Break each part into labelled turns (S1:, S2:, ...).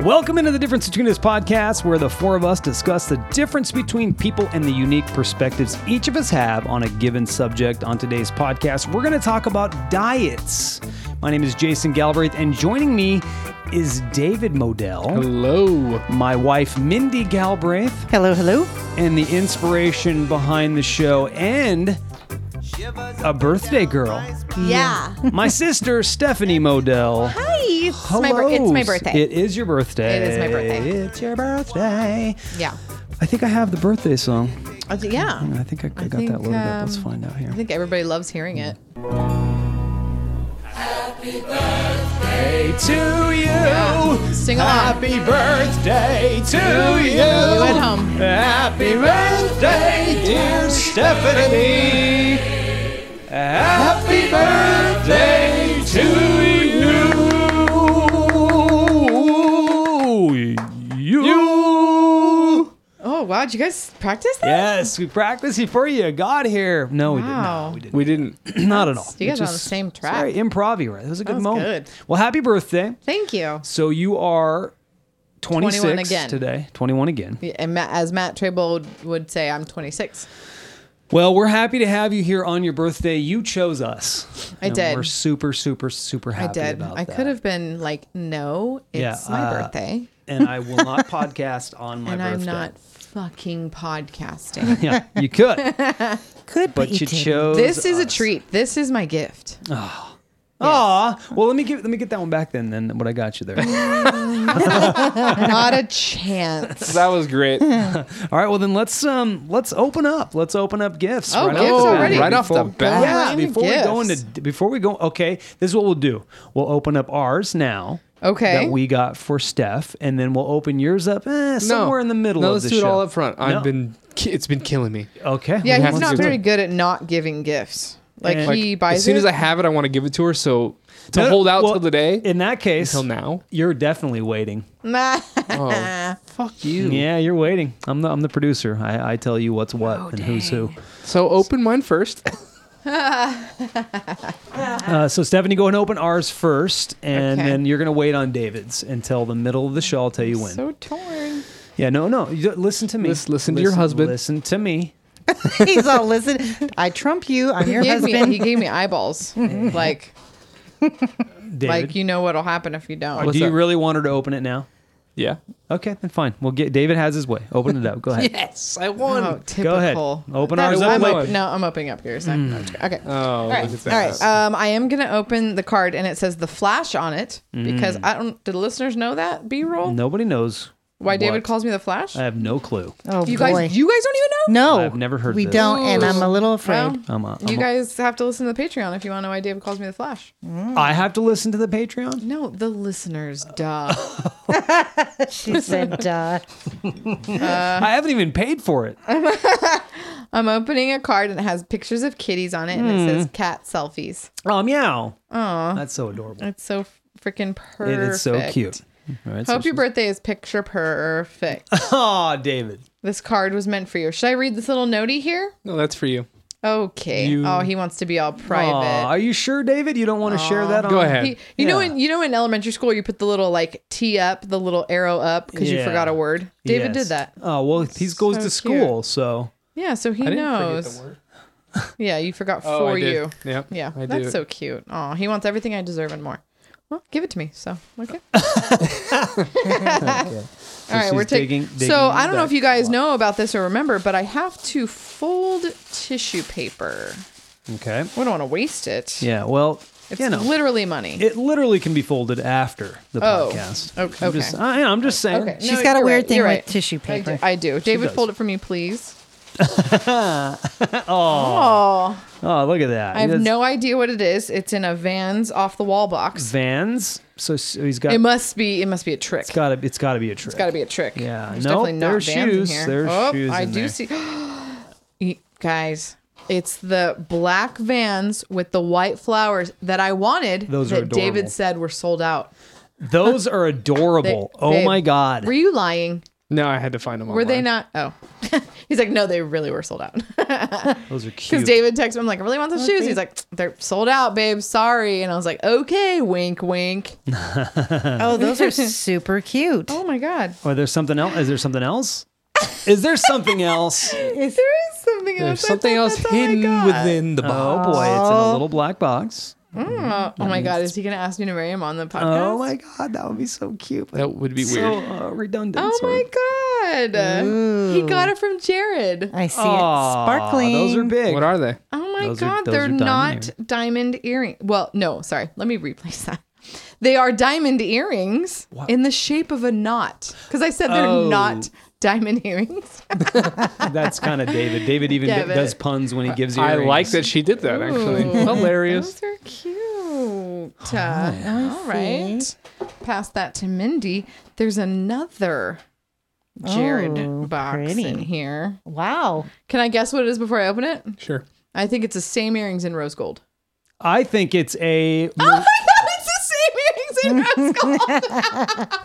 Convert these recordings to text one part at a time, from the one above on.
S1: Welcome into the difference between us podcast, where the four of us discuss the difference between people and the unique perspectives each of us have on a given subject. On today's podcast, we're going to talk about diets. My name is Jason Galbraith, and joining me is David Modell,
S2: Hello.
S1: my wife Mindy Galbraith,
S3: Hello, hello.
S1: and the inspiration behind the show, and a birthday girl,
S4: Yeah.
S1: my sister Stephanie Modell.
S4: Hi. It's my, bir- it's my birthday.
S1: It is your birthday.
S4: It is my birthday.
S1: It's your birthday.
S4: yeah.
S1: I think I have the birthday song.
S4: I thi- yeah.
S1: I think I, I got
S4: think,
S1: that loaded up. Let's
S4: um,
S1: find out
S4: I
S1: here.
S4: think everybody loves hearing it.
S1: Hey to you.
S4: Sing along.
S1: birthday to you.
S4: You at home.
S1: Happy birthday, dear Stephanie. Happy birthday to you. You.
S4: Oh, wow. Did you guys practice that?
S1: Yes, we practiced before you got here. No, we didn't.
S4: Wow.
S1: No, we didn't.
S2: We didn't.
S1: Not at all.
S4: You guys
S1: It
S4: are on the same
S1: it's
S4: track.
S1: Very improv right? That was a good
S4: was
S1: moment.
S4: good.
S1: Well, happy birthday.
S4: Thank you.
S1: So you are 26
S4: again.
S1: today. 21 again.
S4: Yeah, And Matt, as Matt Trable would say, I'm 26.
S1: Well, we're happy to have you here on your birthday. You chose us.
S4: I
S1: And
S4: did.
S1: We're super, super, super happy
S4: I did.
S1: about
S4: I
S1: that.
S4: could have been like, no, it's
S1: Yeah,
S4: my
S1: uh,
S4: birthday.
S1: and I will not podcast on my
S4: And
S1: birthday.
S4: I'm not fucking podcasting.
S1: Yeah, you could,
S3: Could
S1: but you chose.
S4: this is a
S1: us.
S4: treat. This is my gift.
S1: Aw, well, let me get let me get that one back then. Then what I got you there.
S4: Not a chance.
S2: That was great.
S1: All right, well then let's um let's open up. Let's open up gifts.
S4: Oh,
S1: right
S4: gifts
S1: off the bat.
S4: already.
S2: Right off the
S1: Before-
S2: bat.
S1: Yeah,
S4: Bring
S1: before we go
S4: gifts.
S1: into before we go, okay, this is what we'll do. We'll open up ours now.
S4: Okay.
S1: That we got for Steph, and then we'll open yours up eh, somewhere in the middle
S2: No,
S1: of
S2: let's
S1: the
S2: do it
S1: show.
S2: all up front.
S1: No.
S2: I've been. ki- It's been killing me.
S1: Okay.
S4: Yeah,
S2: have
S4: he's
S2: to
S4: not
S2: do
S4: very
S2: it.
S4: good at not giving gifts. Like,
S1: And-
S4: he
S2: Like,
S4: buys
S2: as soon
S4: it.
S2: as I have it, I want to give it to her. So to
S1: No,
S2: hold out
S1: well,
S2: till the day
S1: In that case,
S2: till now.
S1: you're definitely waiting.
S2: Oh, fuck you.
S1: Yeah, you're waiting. I'm the I'm the producer. I, I tell you what's what
S4: Oh,
S1: and who's who.
S2: So open mine first.
S1: Uh, so Stephanie, go and open ours first, and
S4: Okay.
S1: then you're gonna wait on David's until the middle of the show. I'll tell you when.
S4: so torn.
S1: Yeah, no, no. You don't- Listen to me.
S2: Lis- listen to your husband.
S1: Listen to me.
S3: He's all listen. I trump you. I'm your
S4: He gave, me,
S3: husband.
S4: he gave me eyeballs. like,
S1: David.
S4: like you know what'll happen if you don't.
S1: do
S2: What's
S1: you
S2: up?
S1: really want her to open it now?
S2: yeah.
S1: Okay, then fine. We'll get David has his way. Open it up. Go ahead.
S2: Yes, I won.
S4: Oh,
S1: Go ahead.
S4: typical.
S1: Open
S4: That-
S1: ours up. Hmm.
S4: I'm
S2: Wait,
S4: op-
S2: wait.
S4: no, I'm opening up yours. Okay.
S2: Oh,
S4: All right.
S2: look at
S4: All right.
S2: that.
S4: Um, I am gonna open the card, and it says the Flash on it
S1: Hmm.
S4: because I don't. Do the listeners know that B roll?
S1: Nobody knows
S4: Why David
S1: what. Uh,
S4: calls me the Flash?
S1: I have no clue.
S3: oh
S4: you
S3: boy.
S4: guys, you guys don't even know.
S3: no,
S1: I've never heard
S3: We
S1: this.
S3: don't, and I'm a little afraid.
S1: I'm a- I'm
S4: you
S1: a-
S4: guys have to listen to the Patreon if you want to know why David calls me the Flash.
S1: I have to listen to the Patreon.
S4: No, the listeners, duh.
S3: She said, uh,
S4: Uh.
S1: I haven't even paid for it.
S4: I'm opening a card and it has pictures of kitties on it, and it
S2: Hmm.
S4: says cat selfies.
S1: Oh meow. Oh, that's so adorable.
S4: It's so freaking perfect.
S1: It is so cute. All right,
S4: Hope your birthday is picture perfect.
S1: Oh, David.
S4: this card was meant for you. Should I read this little notey here?
S2: No, that's for you.
S4: Okay.
S1: You-
S4: Oh, he wants to be all
S1: Aw,
S4: private.
S1: are you sure, David? You don't want to share that?
S2: Go
S1: on?
S2: ahead.
S4: He- you know
S1: Yeah.
S4: in you know in elementary school you put the little like T up, the little arrow up because
S1: Yeah.
S4: you forgot a word. David
S1: Yes.
S4: did that.
S1: Oh well, he goes
S4: so
S1: to
S4: cute.
S1: school, so
S4: Yeah, so he
S2: I didn't forget
S4: knows.
S2: the word.
S4: Yeah, you forgot
S2: Oh,
S4: for
S2: I did.
S4: you.
S2: Yep,
S4: Yeah,
S2: I
S4: that's
S2: did.
S4: so cute. Oh, he wants everything I deserve and more. Well, give it to me. So okay. All right,
S1: she's
S4: we're taking.
S1: digging- digging
S4: so I don't know
S1: back
S4: if you guys know about this or remember, but I have to fold tissue paper.
S1: okay.
S4: We don't want to waste it.
S1: Yeah. Well,
S4: it's
S1: you know,
S4: literally money.
S1: it literally can be folded after the
S4: Oh,
S1: podcast.
S4: ok-
S1: I'm
S4: okay.
S1: just, I, am just saying.
S4: okay,
S3: She's got a
S4: you're
S3: weird
S4: right,
S3: thing
S4: you're
S3: with
S4: right.
S3: tissue
S4: I do.
S3: paper.
S4: I do. David,
S1: does.
S4: fold it for me, please. oh,
S1: Oh, look at that.
S4: I have
S1: That's
S4: no idea what it is. It's in a Vans off the wall box.
S1: Vans. So, so he's got.
S4: It must be. It must be a trick.
S1: it's got to. It's got to be a trick.
S4: It's got to be a trick.
S1: Yeah,
S4: There's
S1: nope,
S4: definitely not
S1: there's
S4: Vans
S1: shoes,
S4: In here.
S1: there's
S4: oh,
S1: shoes
S4: I
S1: in
S4: do
S1: there.
S4: see. You guys, it's the black Vans with the white flowers that I wanted.
S1: Those are
S4: that
S1: adorable.
S4: David said were sold out.
S1: Those are adorable.
S4: They-
S1: oh
S4: babe,
S1: my god.
S4: Were you lying?
S2: No, I had to find them.
S4: Were they not? Oh, he's like, no, they really were sold out.
S1: Those are
S4: Because
S1: cute.
S4: David texted me, I'm like, I really want those shoes. He's like, they're sold out, babe. Sorry. And I was like, okay, wink, wink.
S1: Uh.
S3: Oh, those are super cute.
S4: Oh my god,
S1: Or there's something else? Is there something else? Is there something else?
S4: there is something else.
S2: There's
S4: I
S2: something
S4: thought
S2: else
S4: that's all I
S2: hidden
S4: got.
S2: within the box.
S1: Oh boy, it's in a little black box.
S4: Oh, oh my god, is he gonna ask me to marry him on the podcast?
S1: Oh my god, that would be so cute. but
S2: That would be
S1: so
S2: weird.
S1: uh, redundant.
S4: Oh
S1: sort of.
S4: my god, he got it from Jared.
S3: I see
S1: Aw,
S3: it sparkling.
S1: Those are big.
S2: What are they?
S4: Oh my
S1: Those are-
S4: god,
S1: those
S4: they're
S1: are
S4: not
S1: diamond
S4: diamond earrings. Well, no, sorry. Let me replace that. They are diamond earrings in the shape of a knot. Because I said they're
S1: Oh.
S4: not diamond earrings.
S1: That's kind of David. David even d-
S4: David.
S1: does puns when he gives you.
S2: I like that she did that. Actually, hilarious.
S4: Those are cute. Uh, all right. Pass that to Mindy. There's another Jared
S3: Oh,
S4: box
S3: pretty.
S4: in here.
S3: wow.
S4: Can I guess what it is before I open it?
S2: Sure.
S4: I think it's the same earrings in rose gold.
S1: I think it's a.
S4: Oh my god, it's the same earrings in rose gold.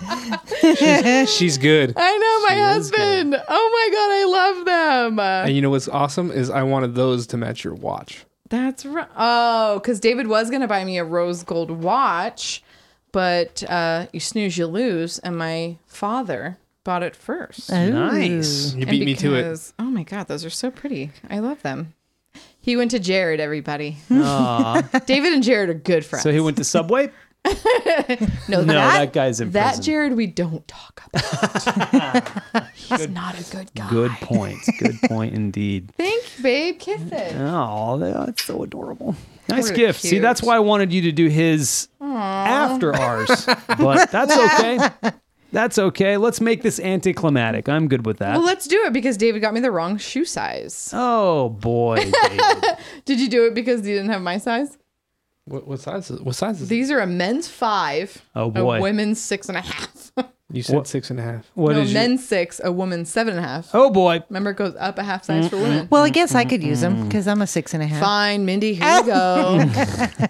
S2: She's good.
S4: I know my husband. Oh my god, I love them.
S2: And you know what's awesome is I wanted those to match your watch.
S4: That's right. Oh, because David was gonna buy me a rose gold watch, but uh, you snooze, you lose, and my father bought it first.
S1: Nice.
S2: You beat me to it.
S4: Oh my god, those are so pretty. I love them. He went to Jared. Everybody,
S1: Aw.
S4: David and Jared are good friends.
S1: so he went to Subway.
S4: no,
S1: No, that guy's in
S4: that
S1: prison.
S4: Jared we don't talk about. He's not a good guy.
S1: Good point. Good point indeed.
S4: Thank you, babe. Kiss it.
S1: Oh, that's so adorable. Nice
S4: We're
S1: gift. See,
S4: cute.
S1: that's why I wanted you to do his after ours, but that's okay. That's okay. Let's make this anticlimactic. I'm good with that.
S4: Well, let's do it because David got me the wrong shoe size.
S1: oh boy, David.
S4: Did you do it because you didn't have my size?
S2: What, what size? Is, what size is it?
S4: These are a men's five,
S1: Oh,
S4: a
S1: boy.
S4: women's six and a half.
S2: You said six and a half.
S1: what
S4: no,
S1: is your?
S4: men's six, a woman's seven and a half.
S1: Oh boy.
S4: Remember, it goes up a half size for women.
S3: Well, I guess I could use them because I'm a six and a half.
S4: Fine, Mindy, here you go.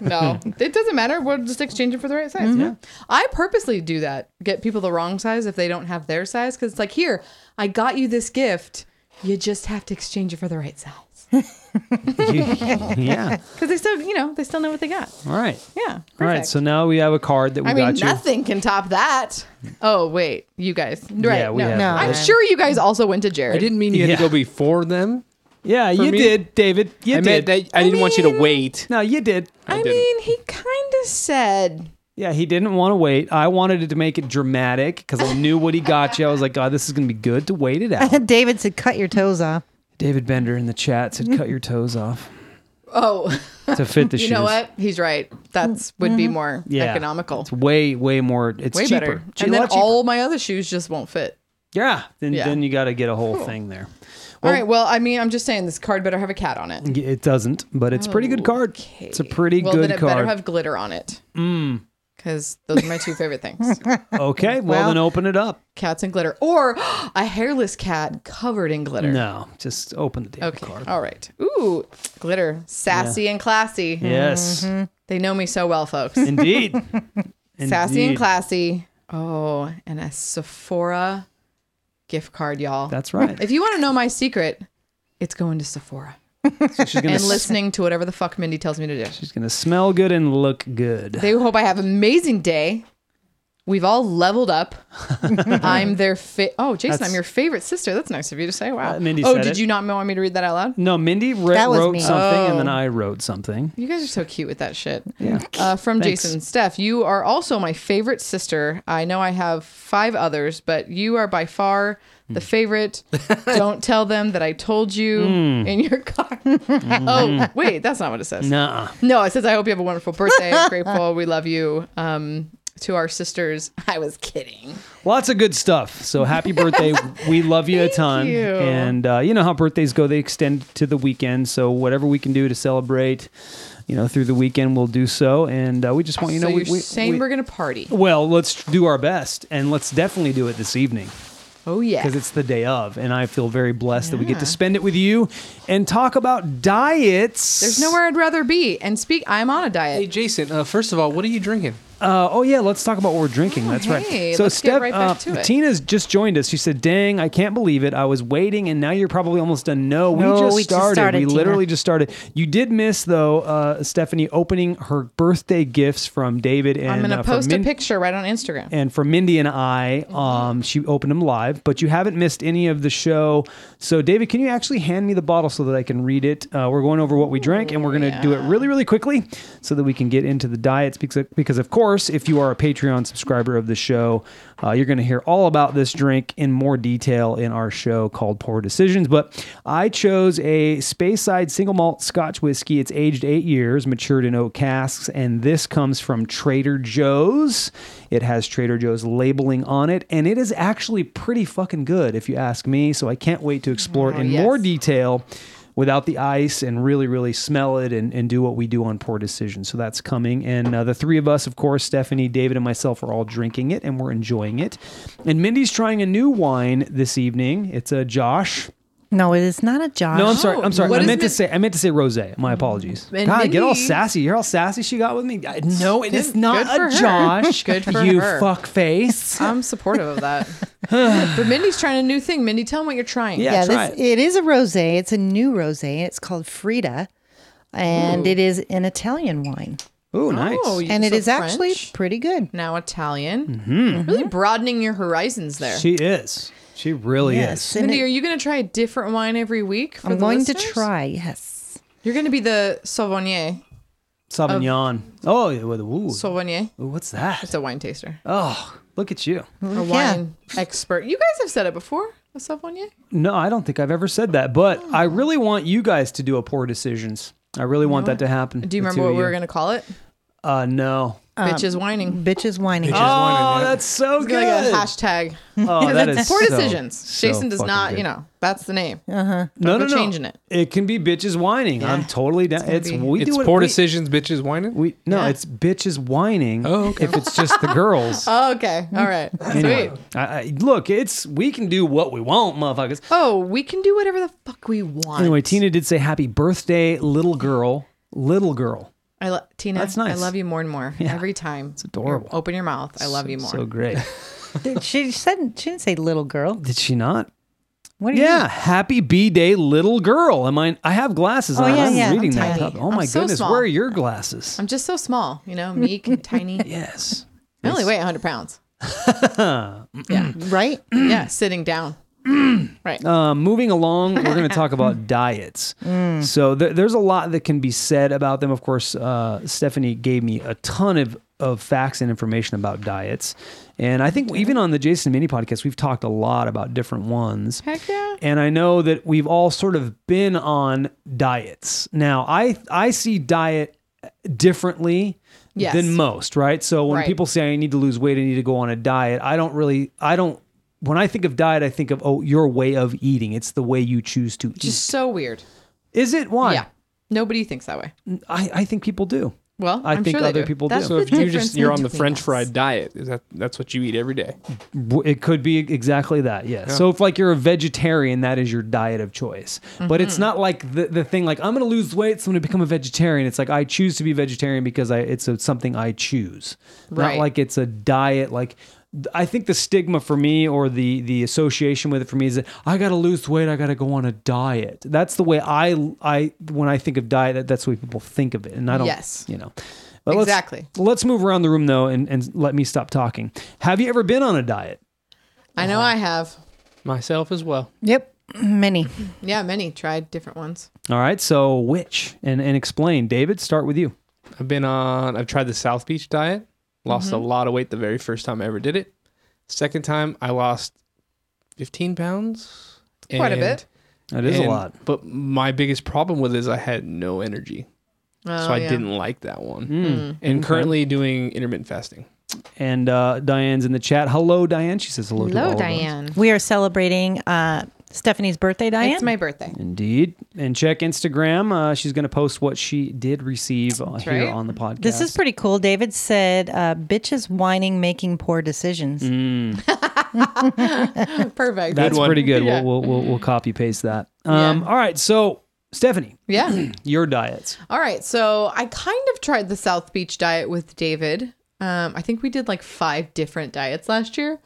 S4: no, it doesn't matter. We'll just exchange it for the right size.
S1: Mm-hmm.
S4: Yeah. I purposely do that. Get people the wrong size if they don't have their size. Because it's like, here, I got you this gift. You just have to exchange it for the right size.
S1: You- yeah.
S4: Because they still, you know, they still know what they got.
S1: All right.
S4: Yeah.
S1: All right.
S4: perfect.
S1: So now we have a card that we
S4: I mean,
S1: got you.
S4: nothing can top that. Oh wait, you guys, right?
S1: Yeah, we
S4: no.
S1: have
S3: No.
S4: I'm
S3: that.
S4: sure you guys also went to Jared.
S2: I didn't mean you had
S1: Yeah.
S2: to go before them.
S1: Yeah, you
S2: me-
S1: did, David. You
S2: I meant
S1: did.
S2: that I, didn't want you to wait.
S1: no, you did.
S4: I,
S2: didn't.
S4: mean, he kind of said,
S1: Yeah, he didn't want to wait. I wanted to make it dramatic because I knew what he got you. I was like, God, this is going to be good to wait it out.
S3: David said, "Cut your toes off."
S1: David Bender in the chat said, "Cut your toes off
S4: "Oh,
S1: to fit the
S4: you
S1: shoes."
S4: know what? He's right. That's would be more
S1: Yeah,
S4: economical,
S1: It's way, way more. It's
S4: way
S1: cheaper.
S4: better."
S1: Che-
S4: and
S1: a
S4: then
S1: lot cheaper.
S4: all my other shoes just won't fit.
S1: yeah. Then,
S4: Yeah.
S1: then you got to get a whole thing there.
S4: all right. Well, I mean, I'm just saying this card better have a cat on it.
S1: Y- It doesn't, but it's a pretty good card. It's a pretty
S4: well,
S1: good
S4: then it
S1: card.
S4: better have glitter on it. Mm. Because those are my two favorite things:
S1: okay, well, then open it up.
S4: cats and glitter, or a hairless cat covered in glitter.
S1: No, just open the David
S4: Okay.
S1: card.
S4: All right. Ooh, glitter, sassy and classy.
S1: Yes,
S4: They know me so well, folks.
S1: indeed.
S4: sassy and
S1: Indeed.
S4: classy. Oh, and a Sephora gift card, y'all.
S1: That's right.
S4: if you want to know my secret, it's going to Sephora
S1: She's gonna
S4: and listening to whatever the fuck Mindy tells me to do.
S1: She's gonna smell good and look good.
S4: They hope I have an amazing day. We've all leveled up. I'm their fa- Oh, Jason,
S1: That's-
S4: I'm your favorite sister. That's nice of you to say. Wow.
S1: Uh, Mindy
S4: oh,
S1: said
S4: did
S1: it.
S4: you not want me to read that out loud?
S1: No, Mindy re-
S3: That was
S1: wrote
S3: me.
S1: something, and then
S4: Oh.
S1: I wrote something.
S4: You guys are so cute with that shit.
S1: Yeah.
S4: Uh, from
S1: Thanks.
S4: Jason Steph, you are also my favorite sister. I know I have five others, but you are by far
S1: Hmm.
S4: the favorite. Don't tell them that I told you
S1: Hmm.
S4: in your car. oh, wait, that's not what it says.
S1: Nuh-uh.
S4: No, it says I hope you have a wonderful birthday. I'm grateful. We love you. Um, to our sisters, I was kidding.
S1: Lots of good stuff. So happy birthday. we love you a ton.
S4: you.
S1: And uh, you know how birthdays go, they extend to the weekend. So whatever we can do to celebrate, you know, through the weekend, we'll do so. And uh, we just want you
S4: so
S1: know, we,
S4: you're
S1: we-
S4: saying
S1: we- Oh,
S4: we, are gonna party?
S1: well, let's do our best, and let's definitely do it this evening
S4: Oh yeah.
S1: because it's the day of, and I feel very blessed that we get
S4: Yeah.
S1: to spend it with you and talk about diets.
S4: There's nowhere I'd rather be. And speak. I'm on a diet.
S2: Hey Jason, uh, first of all, what are you drinking?
S1: Uh, oh yeah, let's talk about what we're drinking. That's
S4: Oh, hey,
S1: right. So
S4: let's get
S1: Steph,
S4: right back
S1: uh,
S4: to it.
S1: Tina's just joined us. She said, "Dang, I can't believe it. I was waiting, and now you're probably almost done." No, we
S3: No,
S1: just
S3: we just
S1: started.
S3: started,
S1: we
S3: Tina.
S1: literally just started. You did miss though, uh, Stephanie opening her birthday gifts from David and
S4: I'm
S1: uh,
S4: gonna
S1: from
S4: post
S1: Min-
S4: a picture right on Instagram.
S1: and for Mindy and I, um, she opened them live, but you haven't missed any of the show. So, David, can you actually hand me the bottle so that I can read it? Uh, we're going over what we drank, and we're going to do it really, really quickly so that we can get into the diets. Because, because of course, if you are a Patreon subscriber of the show, uh, you're going to hear all about this drink in more detail in our show called Poor Decisions. But I chose a Speyside single malt Scotch whiskey. It's aged eight years, matured in oak casks, and this comes from Trader Joe's. It has Trader Joe's labeling on it, and it is actually pretty fucking good, if you ask me. So I can't wait to explore it in
S4: yes.
S1: more detail without the ice and really, really smell it and, and do what we do on Poor Decisions. So that's coming. And uh, the three of us, of course, Stephanie, David, and myself, are all drinking it and we're enjoying it. And Mindy's trying a new wine this evening. It's a Josh.
S3: No, it is not a Josh.
S1: No, I'm sorry. I'm sorry.
S4: Oh, What
S1: I
S4: is
S1: meant to
S4: Min-
S1: say. I meant to say rose. My apologies.
S4: And
S1: God, get all
S4: Mindy-
S1: sassy. You're all sassy. She got with me. I- No, it
S4: Good-
S1: is not
S4: good for
S1: a
S4: her.
S1: Josh.
S4: Good for
S1: you
S4: her.
S1: fuck face.
S4: I'm supportive of that. but Mindy's trying a new thing. Mindy, tell them what you're trying.
S1: Yeah.
S3: yeah,
S1: try
S3: this,
S1: it.
S3: it is a rosé. It's a new rosé. and It's called Frida, and it is an Italian wine,
S1: Ooh, nice.
S4: Oh,
S3: and it
S4: so
S3: is actually
S4: French,
S3: pretty good.
S4: now Italian. Really broadening your horizons there.
S1: Mm-hmm. she is. She really
S3: Yes,
S1: is.
S3: and
S4: Mindy,
S3: it-
S4: are you going to try a different wine every week? For
S3: I'm
S4: the
S3: going to
S4: listeners?
S3: try. Yes,
S4: You're going to be the Sauvignon.
S1: Sauvignon. oh, yeah, with a woo.
S4: Sauvignon.
S1: Ooh, what's that?
S4: It's a wine taster,
S1: Oh, look at you.
S4: a wine expert. You guys have said it before. A Sauvignon.
S1: No, I don't think I've ever said that, but I really want you guys to do a poor decisions. I really want that to happen.
S4: Do you
S1: the
S4: remember
S1: two
S4: what
S1: of
S4: we were going to call it?
S1: Uh, no.
S3: Um,
S4: Bitches whining.
S3: bitches whining.
S2: Bitches.
S1: Oh,
S2: wanted that.
S1: that's so
S4: It's
S1: good.
S4: like a hashtag.
S1: oh, that is
S4: Poor
S1: so,
S4: decisions.
S1: so
S4: Jason does
S1: fucking
S4: not.
S1: good.
S4: You know, that's the name.
S1: no, no,
S4: We're
S1: no.
S4: changing it.
S1: It can be bitches whining. I'm totally down.
S4: gonna
S1: It's,
S4: be-
S1: we
S2: it's
S1: do it.
S2: poor
S1: we,
S2: decisions, bitches whining.
S1: we- no,
S4: Yeah.
S1: it's bitches whining.
S2: Oh, okay.
S1: If it's just the girls.
S4: Oh, okay. All right.
S1: anyway,
S4: Sweet.
S1: I, I, look, it's we can do what we want, motherfuckers.
S4: Oh, we can do whatever the fuck we want.
S1: Anyway, Tina did say happy birthday, little girl, little girl.
S4: I lo- Tina,
S1: That's
S4: that's
S1: nice.
S4: nice. I love you more and more every time. It's
S1: adorable.
S4: open your mouth. I love you more.
S1: So great.
S3: Did- Oh, she said she didn't say little girl.
S1: Did she not?
S3: What? Are
S1: Yeah, happy B day, little girl. Am I? I have glasses
S3: Oh,
S1: on.
S3: yeah,
S1: I'm
S3: yeah,
S1: reading
S3: I'm
S1: that.
S3: tiny.
S1: Cup. Oh
S4: I'm
S1: my
S4: so
S1: goodness,
S4: small.
S1: where are your glasses?
S4: I'm just so small, you know, meek and tiny.
S1: Yes.
S4: I only weigh 100 pounds.
S3: you- right.
S4: yeah, sitting down. right.
S1: Um, moving along, we're going to talk about diets. So there, there's a lot that can be said about them. Of course, uh, Stephanie gave me a ton of, of facts and information about diets. And I think even on the Jason Mini podcast, we've talked a lot about different ones.
S4: Heck yeah.
S1: And I know that we've all sort of been on diets. Now, I I see diet differently
S4: Yes.
S1: than most, right? So when
S4: Right.
S1: people say I need to lose weight, I need to go on a diet, I don't really I don't when I think of diet, I think of oh, your way of eating. It's the way you choose to eat.
S4: Just so weird.
S1: Is it why?
S4: Yeah. Nobody thinks that way.
S1: I, I think people do.
S4: Well,
S1: I
S4: I'm
S1: think
S4: sure they
S1: other
S4: do.
S1: people
S4: That's
S1: do.
S2: So
S4: the
S2: if you just
S4: difference
S2: you're on the
S4: between
S2: French
S4: us.
S2: fried diet, is that that's what you eat every day?
S1: W- It could be exactly that, yes. So if like you're a vegetarian, that is your diet of choice. But
S4: Mm-hmm.
S1: it's not like the, the thing like I'm going to lose weight, so I'm going to become a vegetarian. It's like I choose to be vegetarian because I it's a, something I choose. Not
S4: Right.
S1: like it's a diet. Like th- I think the stigma for me or the the association with it for me is that I got to lose weight. I got to go on a diet. That's the way I I when I think of diet, that, that's the way people think of it, and I don't.
S4: Yes.
S1: you know. But let's-
S4: Exactly.
S1: Let's, move around the room though, and, and let me stop talking. Have you ever been on a diet?
S4: I know I have.
S2: Myself as well.
S3: Yep. Many.
S4: Yeah, many tried different ones.
S1: All right, so which and and explain, David. Start with you.
S2: I've been on. I've tried the South Beach diet. Lost
S4: Mm-hmm.
S2: a lot of weight the very first time I ever did it. Second time I lost 15 pounds.
S4: Quite a
S2: and-
S4: bit.
S1: That is
S2: and-
S1: a lot.
S2: But my biggest problem with it is I had no energy,
S4: Oh,
S2: so I
S4: yeah.
S2: didn't like that one. And currently doing intermittent fasting.
S1: And uh, Diane's in the chat. Hello, Diane. She says hello. to all
S4: Hello,
S1: of us.
S4: Diane.
S3: We are celebrating uh, Stephanie's birthday, Diane.
S4: It's my birthday.
S1: Indeed. And check Instagram. Uh, she's going to post what she did receive uh, here
S4: right.
S1: on the podcast.
S3: This is pretty cool. David said, uh, bitches whining, making poor decisions.
S1: Mm-hmm.
S4: Perfect.
S1: that's
S2: one.
S1: pretty good.
S4: Yeah.
S1: We'll, we'll, we'll, we'll copy paste that. Um,
S4: Yeah.
S1: All right. So Stephanie,
S4: yeah.
S1: your diets.
S4: All right, so I kind of tried the South Beach diet with David. Um, I think we did like five different diets last year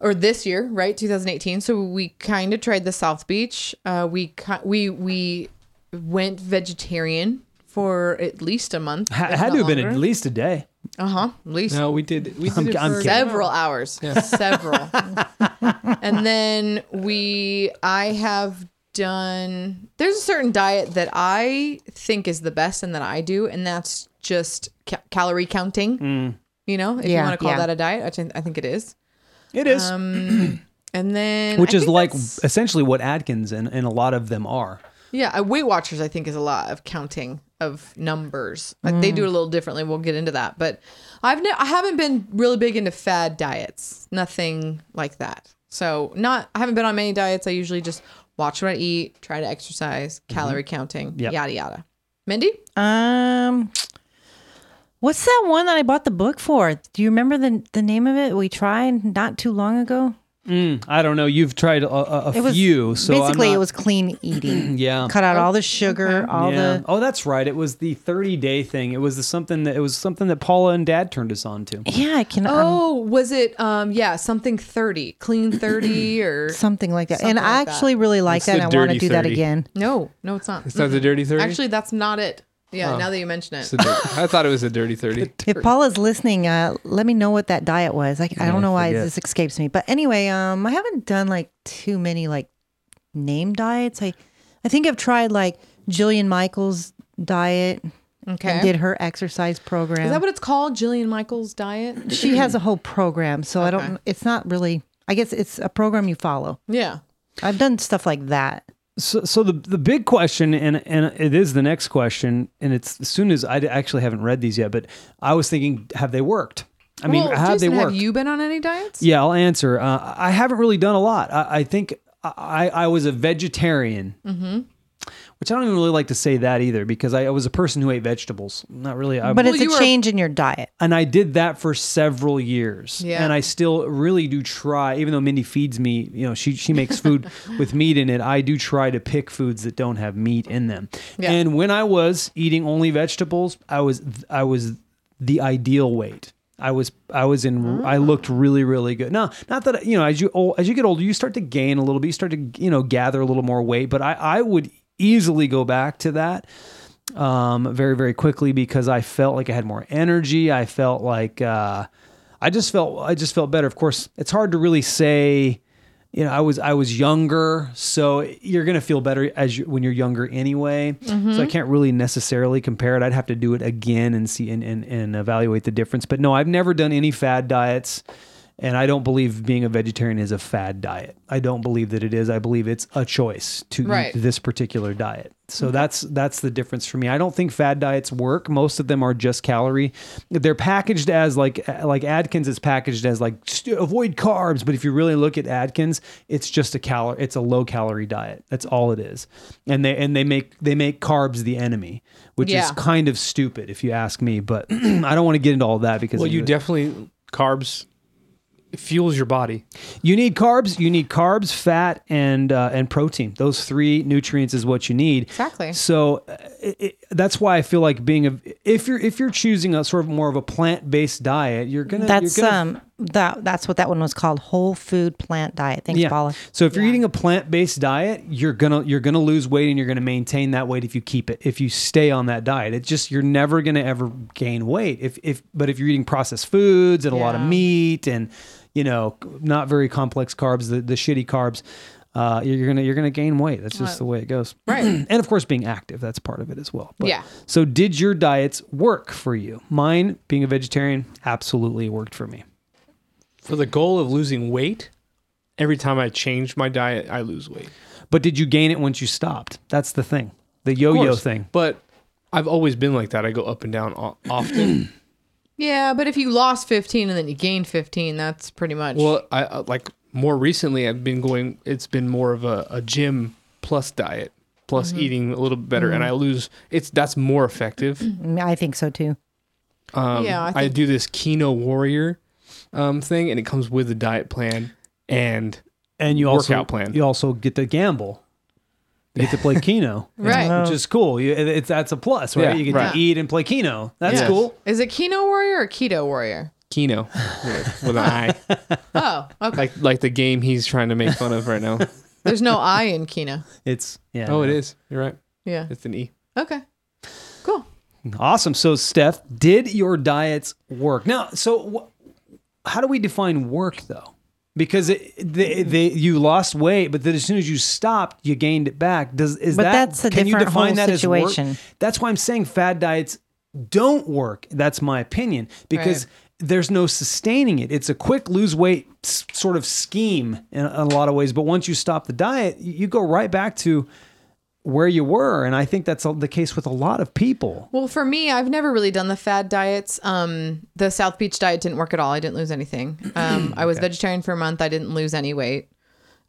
S4: or this year, right? 2018. So we kind of tried the South Beach. Uh, we ki- we we went vegetarian for at least a month.
S1: Ha- had to have been at least a day.
S4: uh huh, at least
S2: No, we did. We did
S1: I'm-
S2: it
S1: I'm
S2: for-
S1: kidding.
S4: several hours several and then we i have done there's a certain diet that i think is the best and that i do and that's just ca- calorie counting
S1: Mm.
S4: you know if you
S3: Yeah,
S4: want to call
S3: yeah.
S4: that a diet which I, think- I think it is
S1: It is,
S4: and then
S1: which
S4: Um, I
S1: is
S4: think
S1: like
S4: that's-
S1: essentially what Atkins and, and a lot of them are.
S4: yeah uh, weight watchers i think is a lot of counting of numbers like they do it a little differently we'll get into that but i've ne- i haven't been really big into fad diets nothing like that so not i haven't been on many diets i usually just watch what i eat try to exercise calorie counting
S1: Yep.
S4: yada yada mindy
S3: Um, what's that one that I bought the book for? Do you remember the the name of it? We tried not too long ago.
S1: I don't know. You've tried a, a, a few, so I'm
S3: basically
S1: not-
S3: it was clean eating.
S1: yeah.
S3: Cut out all
S4: Oh,
S3: the sugar, all
S1: yeah.
S3: the
S1: oh, that's right. It was the 30 day thing. It was the something that it was something that Paula and Dad turned us on to.
S3: yeah. I can um,
S4: oh was it um yeah something 30 clean 30 or
S3: something like that. and
S4: Something
S3: I
S4: like that.
S3: actually really like
S2: It's
S3: that.
S2: the
S3: And I want to
S2: dirty
S3: do that
S2: 30.
S3: again.
S4: no no it's not
S2: It's not the dirty thirty.
S4: actually that's not it yeah now that you mention it
S2: It's a dirty- I thought it was a dirty thirty.
S3: If Paula's listening, uh, let me know what that diet was. Like, I don't know why
S1: forget.
S3: this escapes me, but anyway, um, I haven't done like too many like name diets. I, I think I've tried like Jillian Michaels' diet
S4: okay
S3: and did her exercise program.
S4: is that what it's called jillian michaels diet
S3: she has a whole program, so I don't. It's not really. I guess it's a program you follow.
S4: yeah
S3: I've done stuff like that.
S1: So, so the the big question, and and it is the next question, and it's as soon as I d- actually haven't read these yet, but I was thinking, have they worked? I mean,
S4: Well,
S1: have
S4: Jason,
S1: they worked?
S4: Have you been on any diets?
S1: Yeah, I'll answer. Uh, I haven't really done a lot. I, I think I, I was a vegetarian,
S3: Mm-hmm.
S1: which I don't even really like to say that either because I, I was a person who ate vegetables. Not really. I,
S3: But
S4: Well,
S3: it's
S4: you
S3: a
S4: were-
S3: change in your diet.
S1: and I did that for several years.
S4: Yeah.
S1: And I still really do try, even though Mindy feeds me, you know, she she makes food with meat in it. I do try to pick foods that don't have meat in them.
S4: Yeah.
S1: And when I was eating only vegetables, I was I was the ideal weight. I was I was in
S4: Ah.
S1: I looked really really good. Now, not that you know, as you ol- as you get older, you start to gain a little bit. You start to you know gather a little more weight. But I I would easily go back to that um, very very quickly because I felt like I had more energy. I felt like uh, I just felt I just felt better. Of course, it's hard to really say. You know, I was I was younger, so you're gonna feel better as you, when you're younger anyway. So I can't really necessarily compare it. I'd have to do it again and see and, and and evaluate the difference. But no, I've never done any fad diets, and I don't believe being a vegetarian is a fad diet. I don't believe that it is. I believe it's a choice to
S4: Right.
S1: eat this particular diet. So that's that's the difference for me. I don't think fad diets work. Most of them are just calorie. They're packaged as like like Atkins is packaged as like "St- avoid carbs, but if you really look at Atkins, it's just a calorie it's a low calorie diet. That's all it is. And they and they make they make carbs the enemy, which
S4: Yeah.
S1: is kind of stupid if you ask me, but I don't want to get into all that because
S2: Well,
S1: it
S2: you
S1: was-
S2: definitely carbs fuels your body.
S1: You need carbs. You need carbs, fat, and uh, and protein. Those three nutrients is what you need.
S4: Exactly.
S1: So uh, it, it, that's why I feel like being a if you're if you're choosing a sort of more of a plant based diet, you're
S4: Oh,
S1: gonna
S3: That's
S1: you're gonna,
S3: um that that's what that one was called. Whole food plant diet. Thanks, Paula.
S1: So if you're eating a plant-based diet, you're gonna you're gonna lose weight and you're gonna maintain that weight if you keep it. If you stay on that diet, it's just you're never gonna ever gain weight. If if but if you're eating processed foods and a lot of
S4: Yeah.
S1: meat and you know not very complex carbs, the, the shitty carbs, uh, you're, you're gonna you're gonna gain weight. That's just the way it goes.
S4: Right.
S1: and of course, being active that's part of it as well.
S4: Yeah.
S1: So did your diets work for you? Mine, being a vegetarian, absolutely worked for me.
S2: For the goal of losing weight, every time I change my diet, I lose weight.
S1: But did you gain it once you stopped? That's the thing. The yo-yo
S2: course,
S1: thing.
S2: But I've always been like that. I go up and down o- often.
S4: Yeah, but if you lost 15 and then you gained 15, that's pretty much.
S2: well, I uh, like more recently. I've been going. It's been more of a, a gym plus diet plus
S4: Mm-hmm.
S2: eating a little bit better, and I lose. It's that's more effective.
S3: Mm, I think so too.
S2: Um,
S4: Yeah, I
S2: I,
S4: think-
S2: do this Kino Warrior um, thing, and it comes with a diet plan and
S1: And you also
S2: Workout plan.
S1: You also get to gamble. You get to play Keno,
S4: Right.
S1: Which is cool. You, it- it's that's a plus, right?
S2: Yeah,
S1: you get
S2: right.
S1: to eat and play Keno. That's
S2: Yes.
S1: cool.
S4: Is it Kino Warrior or Keto Warrior?
S2: Kino with, with an eye,
S4: Oh, okay.
S2: like like the game he's trying to make fun of right now.
S4: There's no I in Kino.
S1: It's yeah.
S2: Oh, it is. You're right.
S4: Yeah.
S2: It's an E.
S4: Okay. Cool.
S1: Awesome. So, Steph, did your diets work? Now, so wh- how do we define work though? Because it, they, they, you lost weight, but then as soon as you stopped, you gained it back. Does is
S3: But
S1: that?
S3: that's a
S1: can you
S3: different
S1: define
S3: whole
S1: that as
S3: situation.
S1: work? That's why I'm saying fad diets don't work. That's my opinion because there's no sustaining it. It's a quick lose weight s- sort of scheme in a lot of ways, but once you stop the diet, you you go right back to where you were, and I think that's the case with a lot of people.
S4: Well, for me, I've never really done the fad diets. Um, the South Beach diet didn't work at all. I didn't lose anything. Um, I was vegetarian for a month. I didn't lose any weight.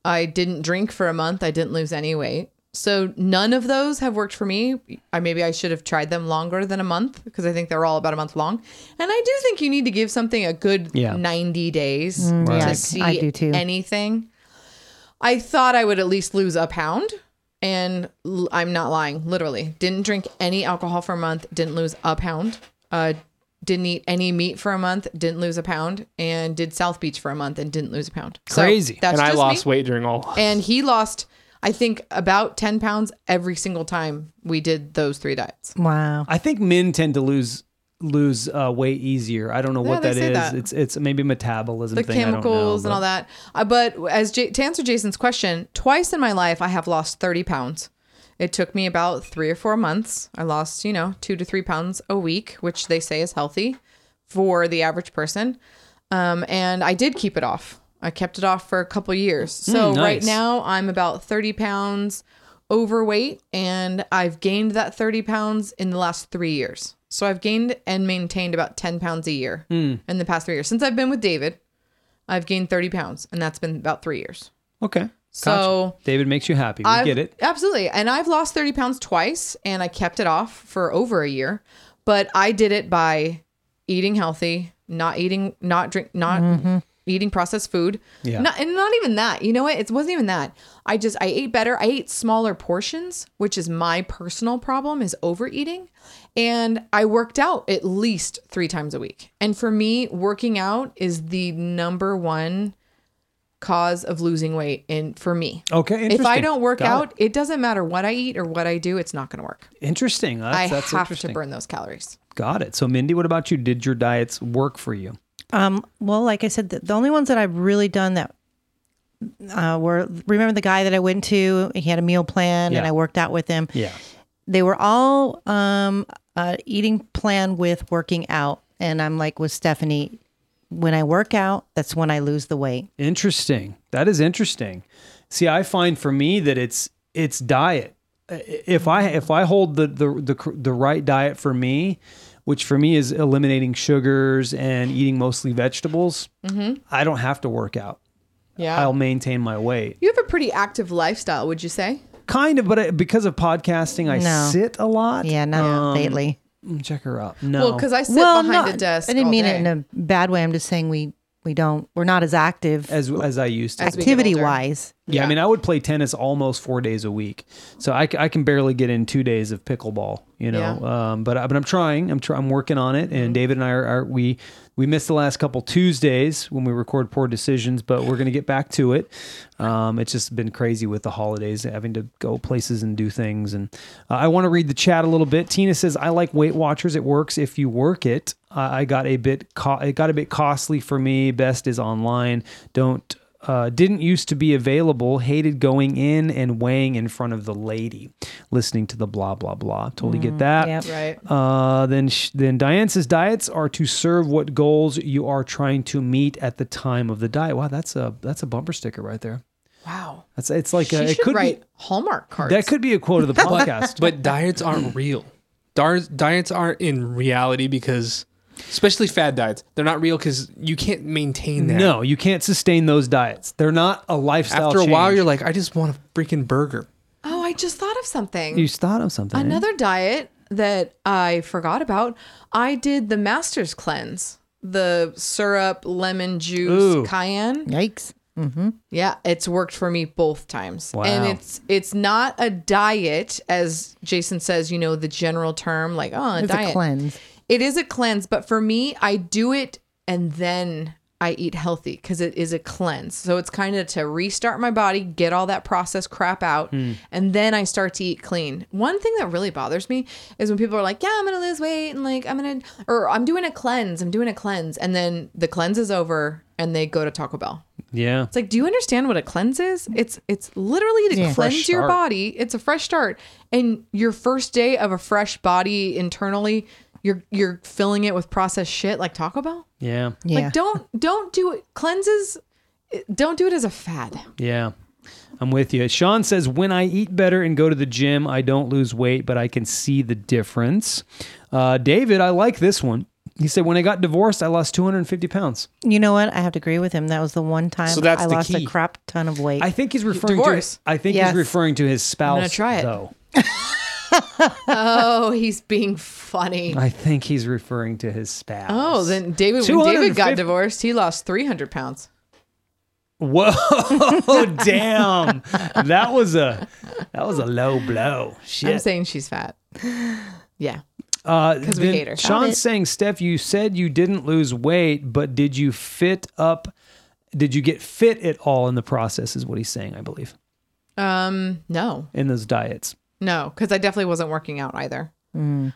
S4: I didn't drink for a month. I didn't lose any weight. So none of those have worked for me. I maybe I should have tried them longer than a month because I think they're all about a month long. And I do think you need to give something a good
S1: Yeah.
S4: 90 days
S3: Mm, yeah,
S4: to
S3: I-
S4: see
S3: I do too.
S4: anything. I thought I would at least lose a pound. And l- I'm not lying, literally. Didn't drink any alcohol for a month, didn't lose a pound. Uh, didn't eat any meat for a month, didn't lose a pound. And did South Beach for a month and didn't lose a pound. So
S1: Crazy.
S4: that's
S2: and I
S4: just
S2: lost
S4: me.
S2: weight during all.
S4: And he lost, I think, about 10 pounds every single time we did those three diets.
S3: Wow.
S1: I think men tend to lose lose uh, weight easier. I don't know what
S4: they
S1: that
S4: say
S1: is.
S4: that.
S1: It's it's maybe metabolism
S4: the
S1: thing.
S4: chemicals
S1: I
S4: and all
S1: don't know,
S4: that. Uh, but as J- to answer Jason's question, twice in my life I have lost 30 pounds. It took me about three or four months. I lost, you know, two to three pounds a week, which they say is healthy for the average person. Um, and I did keep it off. I kept it off for a couple years. So
S1: Mm, nice.
S4: right now I'm about 30 pounds overweight and I've gained that 30 pounds in the last three years. So I've gained and maintained about 10 pounds a year
S1: Hmm.
S4: in the past three years. Since I've been with David, I've gained 30 pounds, and that's been about three years.
S1: but- Okay.
S4: So
S1: David makes you happy. We
S4: I
S1: get it.
S4: Absolutely. And I've lost 30 pounds twice, and I kept it off for over a year. But I did it by eating healthy, not eating, not drink, not eating processed food.
S1: Mm-hmm. Yeah.
S4: Not, and not even that. You know what? It wasn't even that. I just, I ate better. I ate smaller portions, which is my personal problem is overeating. And I worked out at least three times a week. And for me, working out is the number one cause of losing weight in for me.
S1: Okay. Interesting.
S4: If I don't work
S1: Got
S4: out, it. doesn't matter what I eat or what I do, it's not going to work.
S1: it. interesting. That's,
S4: I
S1: that's
S4: have
S1: interesting.
S4: to burn those calories.
S1: Got it. So Mindy, what about you? Did your diets work for you?
S3: Um, well, like I said, the, the only ones that I've really done that uh, were remember the guy that I went to. He had a meal plan, and
S1: Yeah.
S3: I worked out with him.
S1: Yeah.
S3: They were all um, uh, eating plan with working out, and I'm like with Stephanie. When I work out, that's when I lose the weight.
S1: Interesting. That is interesting. See, I find for me that it's it's diet. I- If I if I hold the the the, cr- the right diet for me, which for me is eliminating sugars and eating mostly vegetables,
S3: Mm-hmm.
S1: I don't have to work out.
S4: Yeah.
S1: I'll maintain my weight.
S4: you have a pretty active lifestyle, would you say?
S1: Kind of, but I, because of podcasting, I
S3: No.
S1: sit a lot.
S3: Yeah, not lately.
S1: Mm, Check her out. No.
S4: Well, because I Um, sit behind
S3: no,
S4: a desk.
S3: I didn't
S4: all
S3: mean
S4: day.
S3: it in a bad way. I'm just saying we we don't we're not as active
S1: as as I used to.
S4: As we get older.
S3: activity wise.
S1: yeah, I
S4: yeah.
S1: mean, I would play tennis almost four days a week, so I, c- I can barely get in two days of pickleball. You know, um, but I, but I'm trying. I'm try, I'm working on it. And David and I are, are we we missed the last couple Tuesdays when we record poor decisions, but we're gonna get back to it. Um, it's just been crazy with the holidays, having to go places and do things. And uh, I want to read the chat a little bit. Tina says, "I like Weight Watchers. It works if you work it. I I got a bit co- it got a bit costly for me. Best is online. Don't." uh, didn't used to be available, hated going in and weighing in front of the lady, listening to the blah, blah, blah. Totally get that.
S3: yep.
S4: Mm, Right.
S1: Uh, then, sh- then Diane says diets are to serve what goals you are trying to meet at the time of the diet. Wow, that's a that's a bumper sticker right there.
S4: Wow.
S1: That's it's like
S4: she
S1: a, it
S4: should
S1: could
S4: write
S1: be
S4: Hallmark cards.
S1: that could be a quote of the podcast.
S2: But diets aren't real. Dar- diets aren't in reality because, especially fad diets, they're not real because you can't maintain that.
S1: no, you can't sustain those diets. They're not a lifestyle.
S2: After a while,
S1: change.
S2: you're like, I just want a freaking burger.
S4: oh, I just thought of something.
S1: you thought of something. eh?
S4: Another diet that I forgot about. I did the Master's Cleanse, the syrup, lemon juice,
S1: Ooh.
S4: cayenne.
S3: Yikes.
S4: Yeah, it's worked for me both times.
S1: Wow.
S4: And it's it's not a diet as Jason says, you know, the general term like, oh, a
S3: It's
S4: diet.
S3: a cleanse.
S4: It is a cleanse, but for me, I do it and then I eat healthy because it is a cleanse. So it's kind of to restart my body, get all that processed crap out, and then I start to eat clean. One thing that really bothers me is when people are like, Yeah, I'm going to lose weight. And like, I'm going to, or I'm doing a cleanse. I'm doing a cleanse. And then the cleanse is over and they go to Taco Bell.
S1: Yeah.
S4: It's like, do you understand what a cleanse is? It's it's literally to
S3: Yeah.
S4: cleanse
S1: Fresh
S4: your
S1: start.
S4: body. It's a fresh start, and your first day of a fresh body internally, you're you're filling it with processed shit like Taco Bell.
S1: Yeah.
S3: Yeah.
S4: Like, don't don't do it. Cleanses, eh, don't do it as a fad.
S1: Yeah. I'm with you. Sean says, when I eat better and go to the gym, I don't lose weight, but I can see the difference. Uh, David, I like this one. He said, when I got divorced, I lost 250 pounds.
S3: you know what? I have to agree with him. That was the one time
S2: So that's
S3: I
S2: the
S3: lost
S2: key.
S3: a crap ton of weight.
S1: I think he's referring
S4: Divorce.
S1: to I think
S3: Yes.
S1: he's referring to his spouse.
S4: try it.
S1: Though.
S4: Oh, he's being funny.
S1: I think he's referring to his spouse.
S4: Oh, then David. When David
S1: 250
S4: got divorced, he lost three hundred pounds.
S1: Whoa, damn. That was a that was a low blow.
S4: I'm
S1: Shit.
S4: saying she's fat. Yeah.
S1: Because
S4: we hate her.
S3: Got
S1: Sean's
S3: it.
S1: saying, Steph, you said you didn't lose weight, but did you fit up? Did you get fit at all in the process? Is what he's saying, I believe,
S4: Um. No.
S1: in those diets.
S4: No, because I definitely wasn't working out either.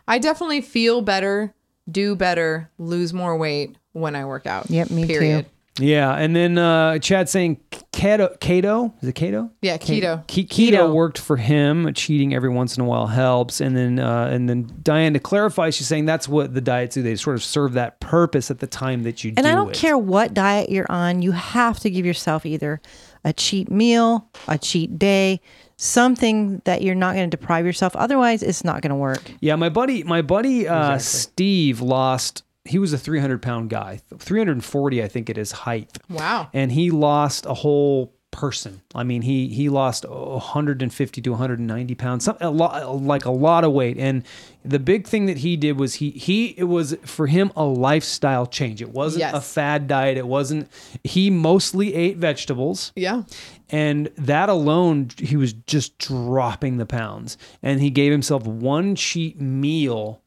S4: I definitely feel better, do better, lose more weight when I work out.
S3: Yep, me too.
S4: period.
S1: Yeah, and then uh, Chad saying keto, keto is it keto?
S4: Yeah, keto.
S1: Ke- keto.
S3: Keto.
S1: worked for him. Cheating every once in a while helps. And then uh, and then Diane to clarify, she's saying that's what the diets do. They sort of serve that purpose at the time that you do
S3: and I don't
S1: it.
S3: care what diet you're on, you have to give yourself either a cheat meal, a cheat day, something that you're not going to deprive yourself. Otherwise, it's not going to work.
S1: Yeah, my buddy, my buddy uh, Steve lost. He was a 300 pound guy, 340, I think, at his height,
S4: Wow.
S1: and he lost a whole person. I mean, he he lost 150 to 190 pounds, some, a lot, like a lot of weight. And the big thing that he did was he he it was for him a lifestyle change. It wasn't
S4: Yes.
S1: a fad diet. It wasn't. He mostly ate vegetables
S4: Yeah.
S1: and that alone he was just dropping the pounds and he gave himself one cheat meal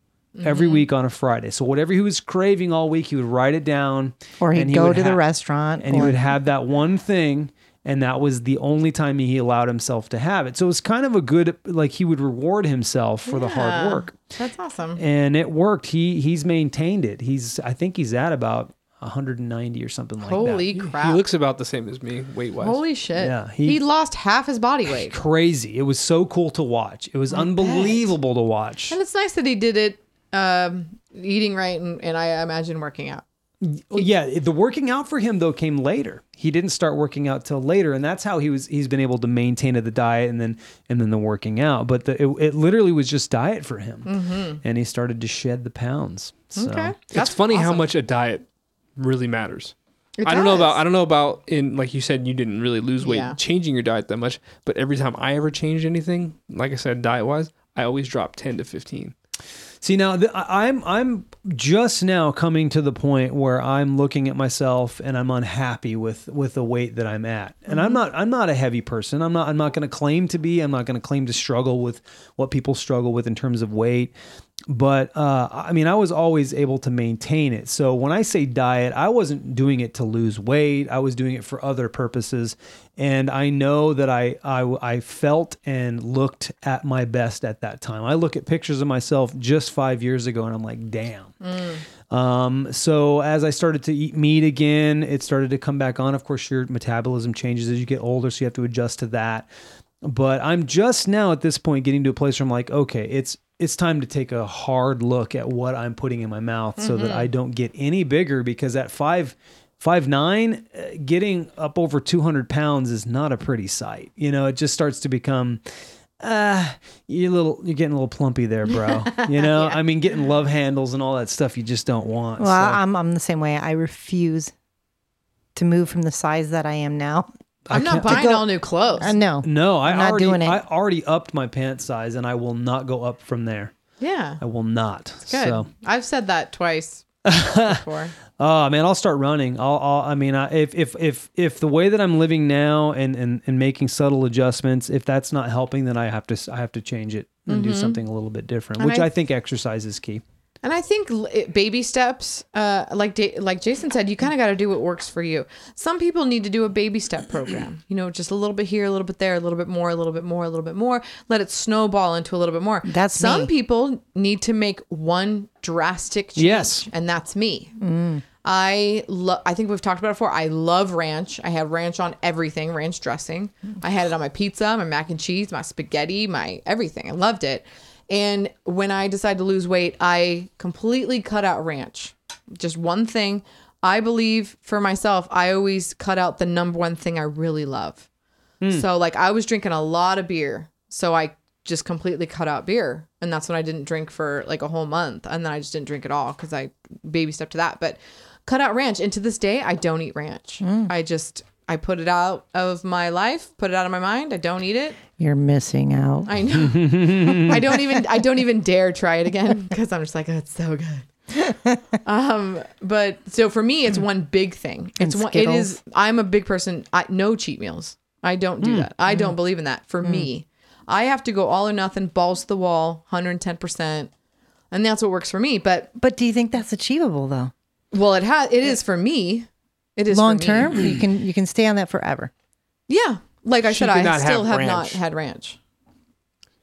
S1: every
S3: Mm-hmm.
S1: week on a friday so whatever he was craving all week he would write it down
S3: Or he'd
S1: and he
S3: go
S1: would
S3: to the
S1: ha-
S3: restaurant
S1: and he
S3: or-
S1: would have that one thing and that was the only time he allowed himself to have it so it was kind of a good like he would reward himself for the hard
S4: Yeah.
S1: work
S4: That's awesome.
S1: and it worked he he's maintained it he's i think he's at about 190 or something like that
S4: Holy
S2: He
S4: crap.
S2: looks about the same as me, weight wise.
S4: Ah. Holy shit.
S1: Yeah, he-
S4: he, lost half his body weight.
S1: crazy. It was so cool to watch. It was unbelievable to watch.
S4: And it's nice that he did it um, eating right and, and I imagine working out.
S1: Well, yeah, the working out for him though came later. He didn't start working out till later, and that's how he was. He's been able to maintain the diet and then and then the working out. But the, it, it literally was just diet for him, and he started to shed the pounds. So.
S4: Okay.
S2: it's funny how much a diet really matters.
S4: It
S2: I don't know
S4: does.
S2: about I don't know about in like you said you didn't really lose weight
S4: Yeah.
S2: changing your diet that much, but every time I ever changed anything, like I said diet wise, I always dropped 10 to 15.
S1: See now, th- I- I'm I'm just now coming to the point where I'm looking at myself and I'm unhappy with with the weight that I'm at, and I'm not I'm not a heavy person. I'm not I'm not going to claim to be. I'm not going to claim to struggle with what people struggle with in terms of weight. But uh, I mean, I was always able to maintain it. So when I say diet, I wasn't doing it to lose weight. I was doing it for other purposes, and I know that I I, I felt and looked at my best at that time. I look at pictures of myself just five years ago, and I'm like, damn. Um, so as I started to eat meat again, it started to come back on. Of course, your metabolism changes as you get older, so you have to adjust to that. But I'm just now at this point getting to a place where I'm like, okay, it's it's time to take a hard look at what I'm putting in my mouth so that I don't get any bigger because at five five nine, uh, getting up over 200 pounds is not a pretty sight. You know, it just starts to become uh, you're little, you're getting a little plumpy there, bro. You know, I mean, getting love handles and all that stuff you just don't want.
S3: Well,
S1: so
S3: I'm, I'm the same way. I refuse to move from the size that I am now.
S4: I'm not buying
S3: go-
S4: all new clothes.
S3: I know.
S1: no, I
S3: I'm not
S1: already,
S3: doing it.
S1: I already upped my pant size, and I will not go up from there.
S4: yeah.
S1: I will not.
S4: Good.
S1: So
S4: I've said that twice before.
S1: Oh man, I'll start running. I'll, I'll I mean, I, if if if if the way that I'm living now and, and and making subtle adjustments, if that's not helping, then I have to s- I have to change it and
S3: Mm-hmm.
S1: do something a little bit different,
S4: And
S1: which I,
S4: I-
S1: think exercise is key.
S4: And I think l- it- baby steps, uh, like da- like Jason said, you kind of got to do what works for you. Some people need to do a baby step program. You know, just a little bit here, a little bit there, a little bit more, a little bit more, a little bit more. Let it snowball into a little bit more.
S3: That's
S4: some
S3: me.
S4: people need to make one drastic change.
S1: Yes.
S4: and that's me. I love. I think we've talked about it before. I love ranch. I have ranch on everything, ranch dressing. I had it on my pizza, my mac and cheese, my spaghetti, my everything. I loved it. And when I decided to lose weight, I completely cut out ranch. Just one thing. I believe for myself, I always cut out the number one thing I really love. So like I was drinking a lot of beer. So I just completely cut out beer. And that's when I didn't drink for like a whole month. And then I just didn't drink at all because I baby stepped to that. But cut out ranch. And to this day, I don't eat ranch. I just, I put it out of my life, put it out of my mind. I don't eat it.
S3: You're missing out.
S4: I know. I don't even, I don't even dare try it again because I'm just like, oh, it's so good. um but so for me it's one big thing
S3: And
S4: it's one it is
S3: Skittles.
S4: i'm a big person i no cheat meals i don't
S3: Mm,
S4: do that i don't believe in that for me i have to go all or nothing balls to the wall 110% and that's what works for me but
S3: But do you think that's achievable though?
S4: well it has it is for me it is for
S3: Long
S4: me.
S3: term, you can you can stay on that forever.
S4: yeah like i
S2: She
S4: said
S2: did
S4: i
S2: not have
S4: still have not
S2: ranch.
S4: had ranch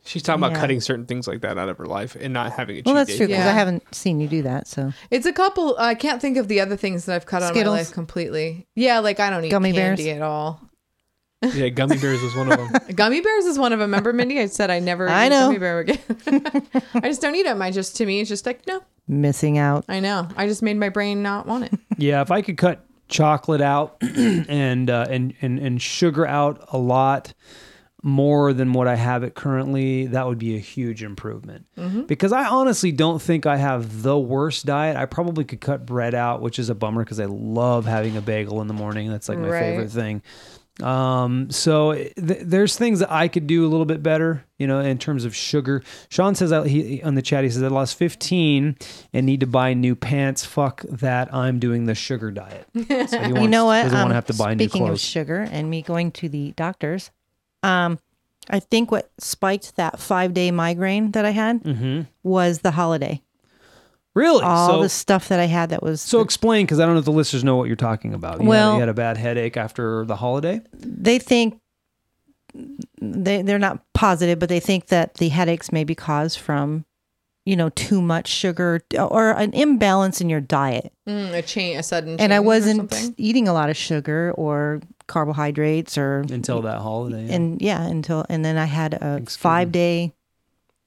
S2: She's talking about
S3: Yeah.
S2: cutting certain things like that out of her life and not having a cheat
S3: Well, that's
S2: day.
S3: true because I
S4: Yeah.
S3: haven't seen you do that. So
S4: It's a couple. I can't think of the other things that I've cut out of my
S3: Skittles?
S4: life completely. Yeah, like I don't eat
S3: Gummy bears?
S4: candy at all.
S2: Yeah, gummy bears was one of them.
S4: Gummy bears is one of them. Remember, Mindy? I said I never
S3: I
S4: eat
S3: know.
S4: gummy bear again. I just don't eat them. I just to me, it's just like no.
S3: missing out.
S4: I know. I just made my brain not want it.
S1: Yeah, if I could cut chocolate out and uh, and and and sugar out a lot more than what I have it currently, that would be a huge improvement. Because I honestly don't think I have the worst diet. I probably could cut bread out, which is a bummer because I love having a bagel in the morning. That's like my
S4: Right.
S1: favorite thing. Um, so th- there's things that I could do a little bit better, you know, in terms of sugar. Sean says I, he he- on the chat he says I lost 15 and need to buy new pants. Fuck that! I'm doing the sugar diet. So he wants,
S3: you know what?
S1: Doesn't want
S3: Um,
S1: to have to buy new
S3: speaking of
S1: clothes.
S3: sugar and me going to the doctors, um, I think what spiked that five day migraine that I had was the holiday.
S1: really?
S3: All
S1: Mm-hmm. so
S3: the stuff that I had that was
S1: so explain because I don't know if the listeners know what you're talking about. You had-
S3: Well-
S1: you had a bad headache after the holiday.
S3: they think they they're not positive, but they think that the headaches may be caused from you know too much sugar or an imbalance in your diet.
S4: Mm, a chain, a sudden.
S3: And I
S4: change or
S3: wasn't
S4: something.
S3: eating a lot of sugar or carbohydrates or
S1: Until that holiday, yeah.
S3: and yeah until and then I had a five day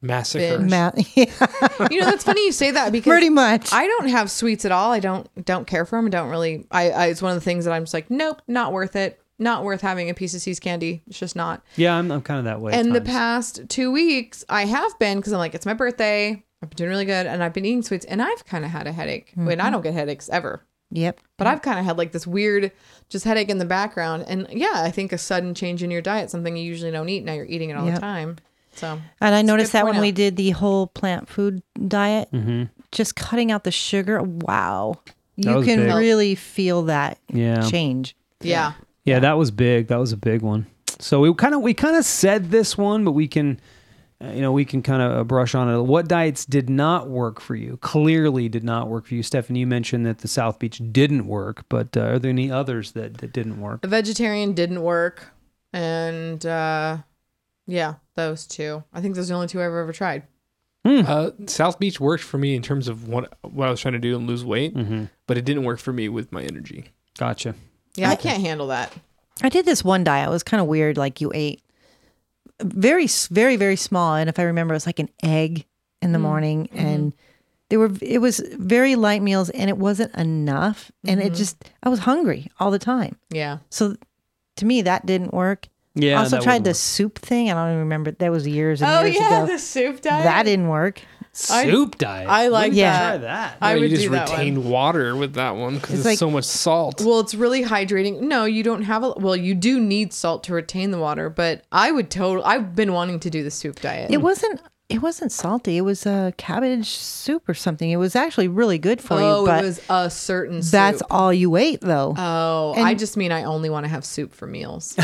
S2: Massacre.
S4: Binge.
S3: mat
S4: You know, that's funny you say that because
S3: pretty much.
S4: I don't have sweets at all. I don't don't care for them. I don't really. I, I it's one of the things that I'm just like, nope, not worth it. Not worth having a piece of C's candy. It's just not.
S1: yeah, I'm, I'm kind of that way. at
S4: And the
S1: times.
S4: past two weeks, I have been because I'm like, it's my birthday. I've been doing really good, and I've been eating sweets, and I've kind of had a headache. And I don't get headaches ever,
S3: yep.
S4: but I've kind of had like this weird, just headache in the background. And yeah, I think a sudden change in your diet, something you usually don't eat, now you're eating it all
S3: Yep.
S4: the time. So
S3: And I noticed that
S4: point
S3: when we
S4: out.
S3: did the whole plant food diet, just cutting out the sugar, wow. You
S1: Mm-hmm. was
S3: can
S1: big.
S3: really feel that
S1: Yeah.
S3: change.
S4: yeah,
S1: Yeah, that was big. That was a big one. So we kind of we kind of said this one, but we can, uh, you know, we can kind of brush on it. What diets did not work for you? Clearly, did not work for you, Stephanie. You mentioned that the South Beach didn't work, but uh, are there any others that that didn't work?
S4: the vegetarian didn't work, and uh, yeah, those two. I think those are the only two I've ever tried.
S1: Hmm.
S2: Uh, South Beach worked for me in terms of what what I was trying to do and lose weight,
S1: Mm-hmm.
S2: but it didn't work for me with my energy.
S1: Gotcha.
S4: Yeah, I can't handle that.
S3: I did this one diet. It was kind of weird. Like you ate very, s- very, very small. And if I remember, it was like an egg in
S4: Mm.
S3: the morning.
S4: Mm-hmm.
S3: And they were, it was very light meals and it wasn't enough. And
S4: Mm-hmm.
S3: it just, I was hungry all the time.
S4: Yeah,
S3: So to me, that didn't work.
S1: Yeah.
S3: also
S1: that
S3: tried
S1: wouldn't
S3: the
S1: work.
S3: soup thing. I don't even remember. That was years and years ago.
S4: Oh, soup
S3: that didn't work.
S4: I-
S1: soup diet.
S4: I like
S1: Wouldn't
S3: Yeah.
S1: Try that.
S4: I
S2: Yeah,
S4: would
S2: you just
S4: do that one.
S2: retain water with that one because it's
S3: like-
S2: so much salt.
S4: Well, it's really hydrating. No, you don't have a. Well, you do need salt to retain the water, but I would totally. I've been wanting to do the soup diet.
S3: It wasn't It wasn't salty. It was a cabbage soup or something. It was actually really good for
S4: oh,
S3: you, but
S4: it was a certain
S3: that's
S4: soup.
S3: all you ate though.
S4: Oh, I just mean I only want to have soup for meals.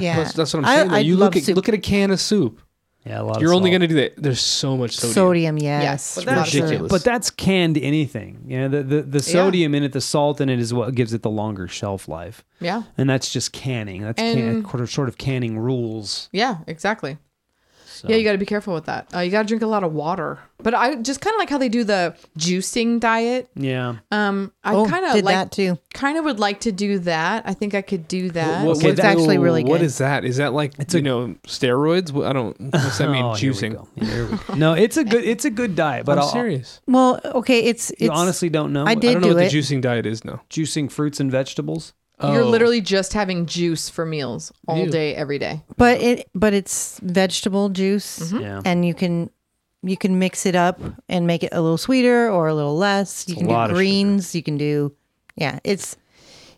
S3: yeah,
S2: That's, that's what I'm saying. though.
S3: I
S2: you
S3: love
S2: look at
S3: soup.
S2: look at a can of soup.
S1: Yeah, a lot. of
S2: You're only
S1: salt.
S2: going to do that. There's so much sodium.
S3: sodium. Yes,
S4: Yes, but
S1: That's-
S4: Not sure.
S2: ridiculous.
S1: But that's canned anything. You know, the the, the sodium in it, the salt in it is what gives it the longer shelf life.
S4: yeah.
S1: And that's just canning. That's can,
S4: And-
S1: quarter- sort of canning rules.
S4: Yeah, exactly.
S1: So.
S4: Yeah, you got to be careful with that. Uh, you got to drink a lot of water. But I just kind of like how they do the juicing diet.
S1: Yeah.
S4: Um, I
S3: Oh,
S4: kind of
S3: did
S4: like,
S3: that too.
S4: Kind of would like to do that. I think I could do that.
S2: What-
S1: Okay,
S2: what-
S1: that-
S3: actually really
S2: What
S3: good.
S2: is that? Is that like you know steroids? What- I don't. What's that mean?
S1: Oh, here we
S2: Juicing?
S1: go. Here we go. no, it's a good it's a good diet, but
S2: I'm
S1: I'll,
S2: serious.
S3: Well, okay, it's it's
S1: you honestly don't know.
S3: I
S2: I
S3: did
S2: don't know
S3: do
S2: what
S3: it.
S2: the juicing diet is now.
S1: juicing fruits and vegetables.
S4: You're
S2: Oh.
S4: literally just having juice for meals all
S2: Ew.
S4: day, every day.
S3: but it but it's vegetable juice
S4: Mm-hmm.
S1: Yeah.
S3: and you can you can mix it up and make it a little sweeter or a little less you
S1: a
S3: can
S1: lot
S3: do
S1: of
S3: greens you can do yeah it's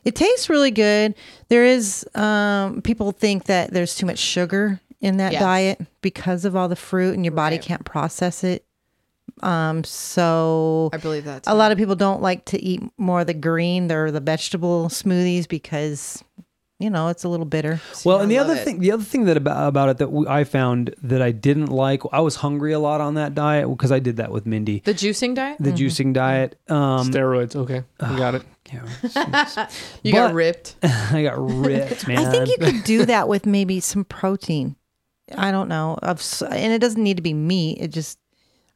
S3: it tastes really good there is um people think that there's too much sugar in that
S4: Yes.
S3: diet because of all the fruit and your body
S4: Right.
S3: can't process it um so
S4: I believe that.
S3: a lot of people don't like to eat more of the green or the vegetable smoothies because you know it's a little bitter
S1: Well, and the
S4: love
S1: other
S4: it.
S1: thing, the other thing that about, about it that we, I found that I didn't like, I was hungry a lot on that diet because I did that with Mindy,
S4: The juicing diet?
S3: Mm-hmm.
S1: the juicing diet. Um,
S2: steroids. Okay, we got it.
S4: You
S1: But-
S4: got ripped.
S1: I got ripped, man.
S3: I think you could do that with maybe some protein. I don't know of, s- and it doesn't need to be meat. It just,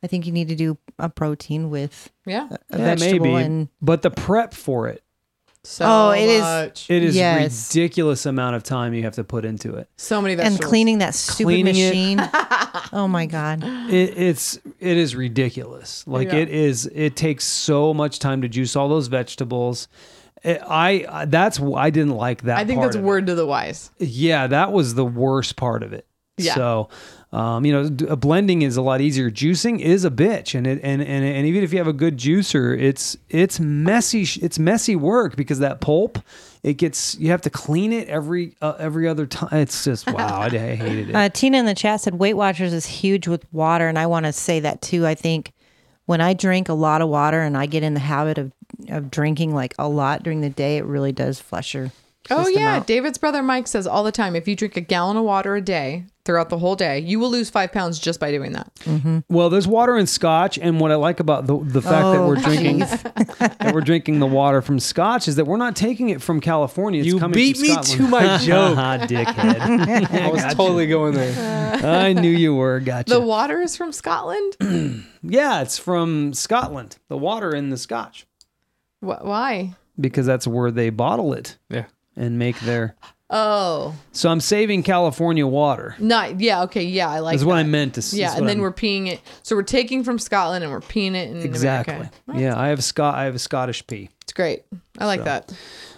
S3: I think you need to do a protein with
S4: Yeah.
S3: a
S1: Yeah,
S3: vegetable and
S1: but the prep for it,
S4: So
S3: Oh, it is-
S4: much.
S1: it is
S3: Yes.
S1: ridiculous amount of time you have to put into it.
S4: So many
S3: and
S4: vegetables.
S3: cleaning that stupid
S1: Cleaning it.
S3: machine. oh my god!
S1: it it's it is ridiculous. Like
S4: Yeah.
S1: it is. It takes so much time to juice all those vegetables. It- I I- that's wh- I didn't like that.
S4: I think
S1: part
S4: that's
S1: of it.
S4: word to the wise.
S1: Yeah, that was the worst part of it.
S4: Yeah.
S1: So, um, you know, d- uh, blending is a lot easier. Juicing is a bitch, and it and and and even if you have a good juicer, it's it's messy. sh- It's messy work because that pulp, it gets you have to clean it every uh, every other time. It's just wow, I, I hated it.
S3: Uh, Tina in the chat said Weight Watchers is huge with water, and I want to say that too. I think when I drink a lot of water and I get in the habit of of drinking like a lot during the day, it really does flush your.
S4: Oh
S3: system
S4: yeah,
S3: out.
S4: David's brother Mike says all the time if you drink a gallon of water a day throughout the whole day, you will lose 5 pounds just by doing that.
S1: Well, there's water and scotch, and what I like about the the fact that
S3: Oh,
S1: we're drinking
S3: jeez.
S1: that we're drinking the water from scotch is that we're not taking it from California. It's
S2: You
S1: coming
S2: beat
S1: from
S2: me
S1: Scotland.
S2: to my joke.
S1: dickhead.
S2: I was totally going there.
S1: I knew you were. Gotcha.
S4: The water is from Scotland?
S1: Yeah, it's from Scotland. The water in the Scotch
S4: Wh- why?
S1: because that's where they bottle it
S2: Yeah.
S1: and make their.
S4: Oh.
S1: So I'm saving California water.
S4: Not yeah, okay, yeah, I like
S1: That's what
S4: that.
S1: I meant to say.
S4: Yeah, and then we're peeing it. So we're taking from Scotland and we're peeing it in
S1: exactly.
S4: America.
S1: Yeah, I have Scot. I have a Scottish pea.
S4: It's great. I like that.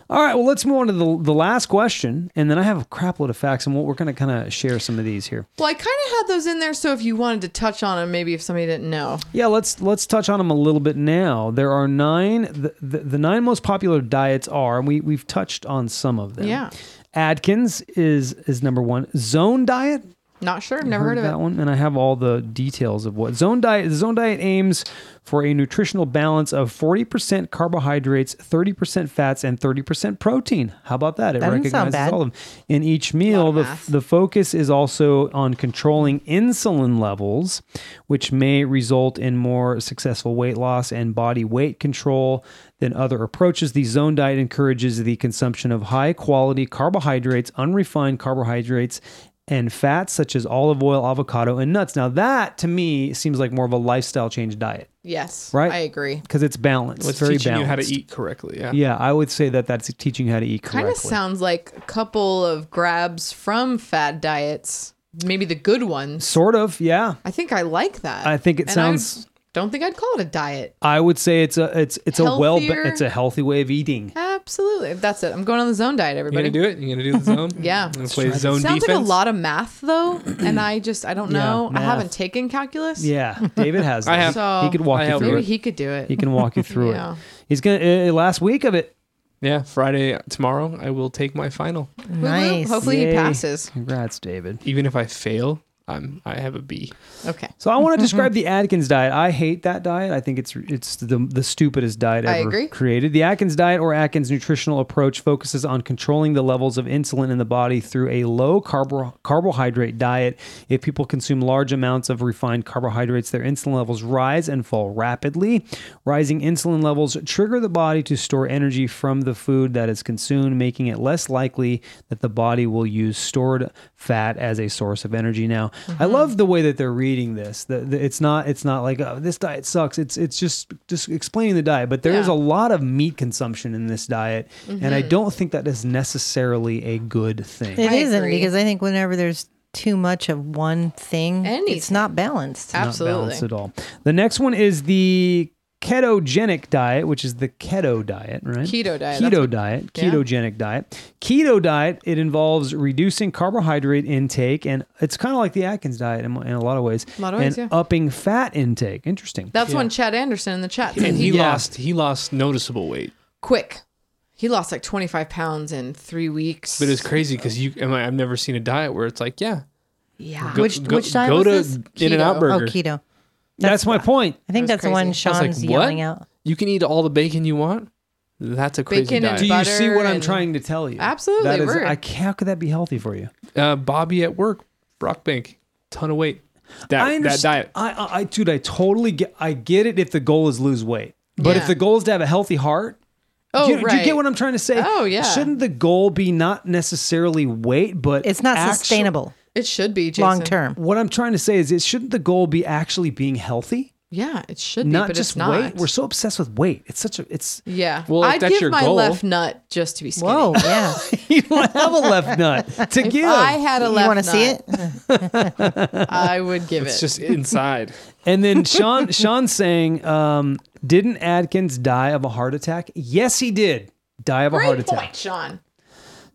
S1: All right. Well, let's move on to the the last question, and then I have a crap load of facts, and we'll, we're going to kind of share some of these here.
S4: Well, I kind of had those in there, so if you wanted to touch on them, maybe if somebody didn't know.
S1: Yeah, let's let's touch on them a little bit now. There are nine. The, the, the nine most popular diets are, and we we've touched on some of them.
S4: Yeah.
S1: Atkins is is number one. Zone diet.
S4: Not sure. Never heard, of
S1: that
S4: it.
S1: one, and I have all the details of what zone diet. The zone diet aims for a nutritional balance of forty percent carbohydrates, thirty percent fats, and thirty percent protein. How about that? It
S3: That doesn't sound
S1: recognizes
S3: bad.
S1: all of them. In each meal, the,
S4: math.
S1: the focus is also on controlling insulin levels, which may result in more successful weight loss and body weight control than other approaches. The zone diet encourages the consumption of high quality carbohydrates, unrefined carbohydrates, and fats such as olive oil, avocado, and nuts. Now, that to me seems like more of a lifestyle change diet
S4: Yes.
S1: Right?
S4: I agree.
S1: because it's balanced.
S2: It's
S1: it's very
S2: teaching
S1: balanced.
S2: you how to eat correctly. Yeah.
S1: Yeah, I would say that that's teaching you how to eat
S4: Kind
S1: correctly.
S4: of sounds like a couple of grabs from fad diets, maybe the good ones.
S1: sort of, yeah.
S4: I think I like that.
S1: I think it
S4: And
S1: sounds.
S4: I don't think I'd call it a diet.
S1: I would say it's a it's it's a well
S4: Healthier?
S1: it's a healthy way of eating.
S4: Absolutely. That's it. I'm going on the zone diet,
S2: You gonna
S4: everybody.
S2: do it? You gonna do the zone?
S4: Yeah.
S2: You gonna play zone
S4: Sounds
S2: defense?
S4: like a lot of math though, and I just I don't
S1: Yeah,
S4: know. I
S1: math.
S4: haven't taken calculus.
S1: Yeah, David has.
S2: I
S1: this.
S2: have-
S4: So
S1: he could walk
S2: I
S1: you
S2: have-
S1: through
S4: Maybe
S1: it.
S4: he could do it.
S1: He can walk you through
S4: Yeah.
S1: it. He's gonna uh, last week of it.
S2: Yeah. Friday tomorrow, I will take my final.
S4: Woo-hoo.
S3: Nice.
S4: Hopefully
S1: Yay.
S4: he passes.
S1: Congrats, David.
S2: Even if I fail, I'm I have a B.
S4: Okay.
S1: So I want to describe the Atkins diet. I hate that diet. I think it's it's the the stupidest diet
S4: I
S1: ever
S4: agree.
S1: created. The Atkins diet or Atkins nutritional approach focuses on controlling the levels of insulin in the body through a low carbo- carbohydrate diet. If people consume large amounts of refined carbohydrates, their insulin levels rise and fall rapidly. Rising insulin levels trigger the body to store energy from the food that is consumed, making it less likely that the body will use stored fat as a source of energy. Now, I love the way that they're reading this. The, the- it's not it's not like oh, this diet sucks. It's it's just just explaining the diet. But there is
S4: Yeah.
S1: a lot of meat consumption in this diet, and I don't think that is necessarily a good thing.
S3: It
S4: I
S3: isn't
S4: agree.
S3: because I think whenever there's too much of one thing, it's
S4: Anything.
S3: not balanced.
S1: Not
S4: Absolutely.
S1: balanced at all. The next one is the ketogenic diet, which is the keto diet, right?
S4: Keto diet, that's
S1: Keto
S4: what-
S1: diet. Ketogenic diet. Keto diet. It involves reducing carbohydrate intake, and it's kind of like the Atkins diet in, in a lot of ways.
S4: A lot of ways,
S1: and
S4: yeah.
S1: upping fat intake. Interesting.
S4: That's when Chad Anderson in the chat said
S2: And he
S4: he
S1: Yeah.
S2: lost he lost noticeable weight.
S4: quick. He lost like 25 pounds in three weeks.
S2: But it's crazy because you I mean, I've never seen a diet where it's like, yeah,
S4: yeah.
S2: go,
S3: Which-
S2: go,
S3: which diet
S2: go
S3: was
S2: to
S4: this?
S2: In and Out
S4: Keto.
S3: Oh,
S2: Burger.
S3: keto.
S1: That's, my point.
S3: I think
S4: That's
S3: that's the one
S4: crazy.
S2: I was like,
S3: Sean's yelling
S2: what?
S3: out.
S2: You can eat all the bacon you want. That's a crazy
S4: Bacon and
S2: diet.
S1: Do you see
S4: Butter
S1: what I'm
S4: and-
S1: trying to tell you?
S4: Absolutely,
S1: That is,
S4: we're-
S1: I can't, how could that be healthy for you?
S2: uh, Bobby at work, Brock Bank, ton of weight. That
S1: I
S2: that
S1: understand.
S2: diet.
S1: I, I, I, dude, I totally get. I get it if the goal is lose weight, but if
S4: Yeah.
S1: the goal is to have a healthy heart,
S4: oh,
S1: do, you, do you
S4: right.
S1: get what I'm trying to say?
S4: Oh, yeah.
S1: Shouldn't the goal be not necessarily weight, but
S3: It's not
S1: actu-
S3: sustainable
S4: It should be Jason.
S3: long term.
S1: What I'm trying to say is, it shouldn't the goal be actually being healthy,
S4: Yeah, it should be,
S1: not
S4: but
S1: just
S4: it's not.
S1: weight? We're so obsessed with weight. It's such a. It's
S4: yeah.
S2: Well, if
S4: I'd
S2: that's
S4: give
S2: your
S4: my
S2: goal-
S4: left nut just to be skinny.
S3: Whoa, yeah.
S1: you don't have a left nut to give,
S4: I had a
S3: you
S4: left
S3: want to
S4: nut,
S3: see it?
S4: I would give
S2: It's
S4: it.
S2: just inside.
S1: and then Sean Sean saying, um, "Didn't Adkins die of a heart attack? Yes, he did." Die of a heart
S4: Great
S1: attack.
S4: point, Sean.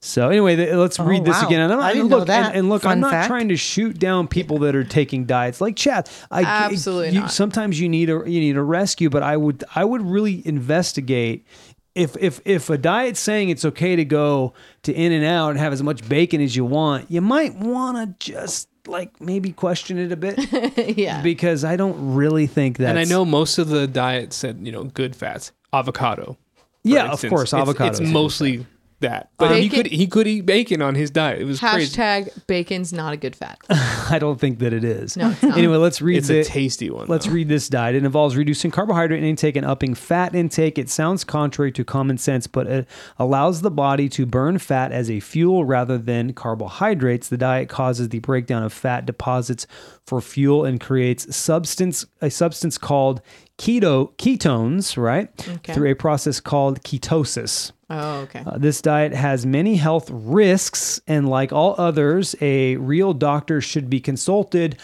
S1: So anyway, th- let's read this
S3: Oh, wow.
S1: again. And I'm not,
S3: I didn't
S1: and look,
S3: know that.
S1: And, and look, I'm
S3: Fun
S1: not
S3: fact.
S1: trying to shoot down people that are taking diets like Chad. I
S4: Absolutely
S1: you-
S4: not.
S1: Sometimes you need a you need a rescue, but I would I would really investigate. If, if, if a diet's saying it's okay to go to in and out and have as much bacon as you want, you might want to just like maybe question it a bit
S4: yeah.
S1: because I don't really think that.
S2: and I know most of the diet said, you know, good fats, avocado. for
S1: Yeah, of
S2: instance.
S1: course,
S2: It's-
S1: avocado is
S2: It's,
S1: a good
S2: mostly that. But he
S4: Bacon-
S2: could he could eat bacon on his diet. It was crazy. Uh,
S4: Hashtag bacon's not a good fat.
S1: I don't think that it is.
S4: No, it's not.
S1: Anyway, let's read
S2: It's
S1: the,
S2: a tasty one.
S1: Let's
S2: though.
S1: read this diet. It involves reducing carbohydrate intake and upping fat intake. It sounds contrary to common sense, but it allows the body to burn fat as a fuel rather than carbohydrates. The diet causes the breakdown of fat deposits for fuel and creates substance a substance called keto ketones, right?
S4: Okay.
S1: Through a process called ketosis.
S4: Oh, okay.
S1: Uh, this diet has many health risks, and like all others, a real doctor should be consulted.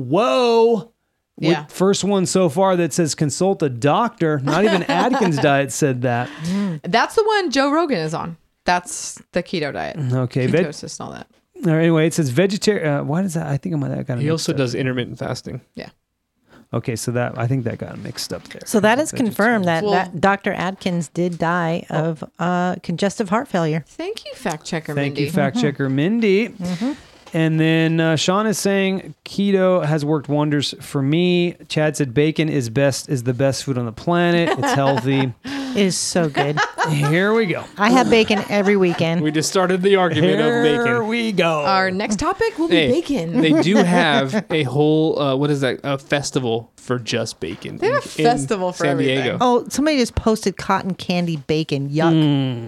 S1: Whoa. With-
S4: Yeah.
S1: First one so far that says consult a doctor. Not even Atkins diet said that.
S4: That's the one Joe Rogan is on. That's the keto diet.
S1: Okay. Veg-
S4: Ketosis and all that.
S1: or anyway, it says vegetarian. Uh, why does that? I think I might have got it
S2: He
S1: mixed
S2: also
S1: up.
S2: does intermittent fasting.
S4: Yeah.
S1: Okay, so that I think that got mixed up there.
S3: So that is confirmed that,
S4: Well-
S3: that Dr. Adkins did die of uh, congestive heart failure.
S4: Thank you, fact checker
S1: Thank
S4: Mindy. Mm-hmm.
S1: you, fact checker Mindy. And then uh, Sean is saying keto has worked wonders for me. Chad said bacon is best is the best food on the planet. It's healthy.
S3: It is so good.
S1: Here we go.
S3: I have bacon every weekend.
S2: We just started the argument of
S1: Here
S2: bacon.
S1: we go.
S4: Our next topic will be
S2: Hey,
S4: bacon.
S2: They do have a whole uh, what is that? A festival for just bacon. They
S4: have a festival for
S2: San
S4: everything.
S2: Diego.
S3: Oh, somebody just posted cotton candy bacon. Yuck.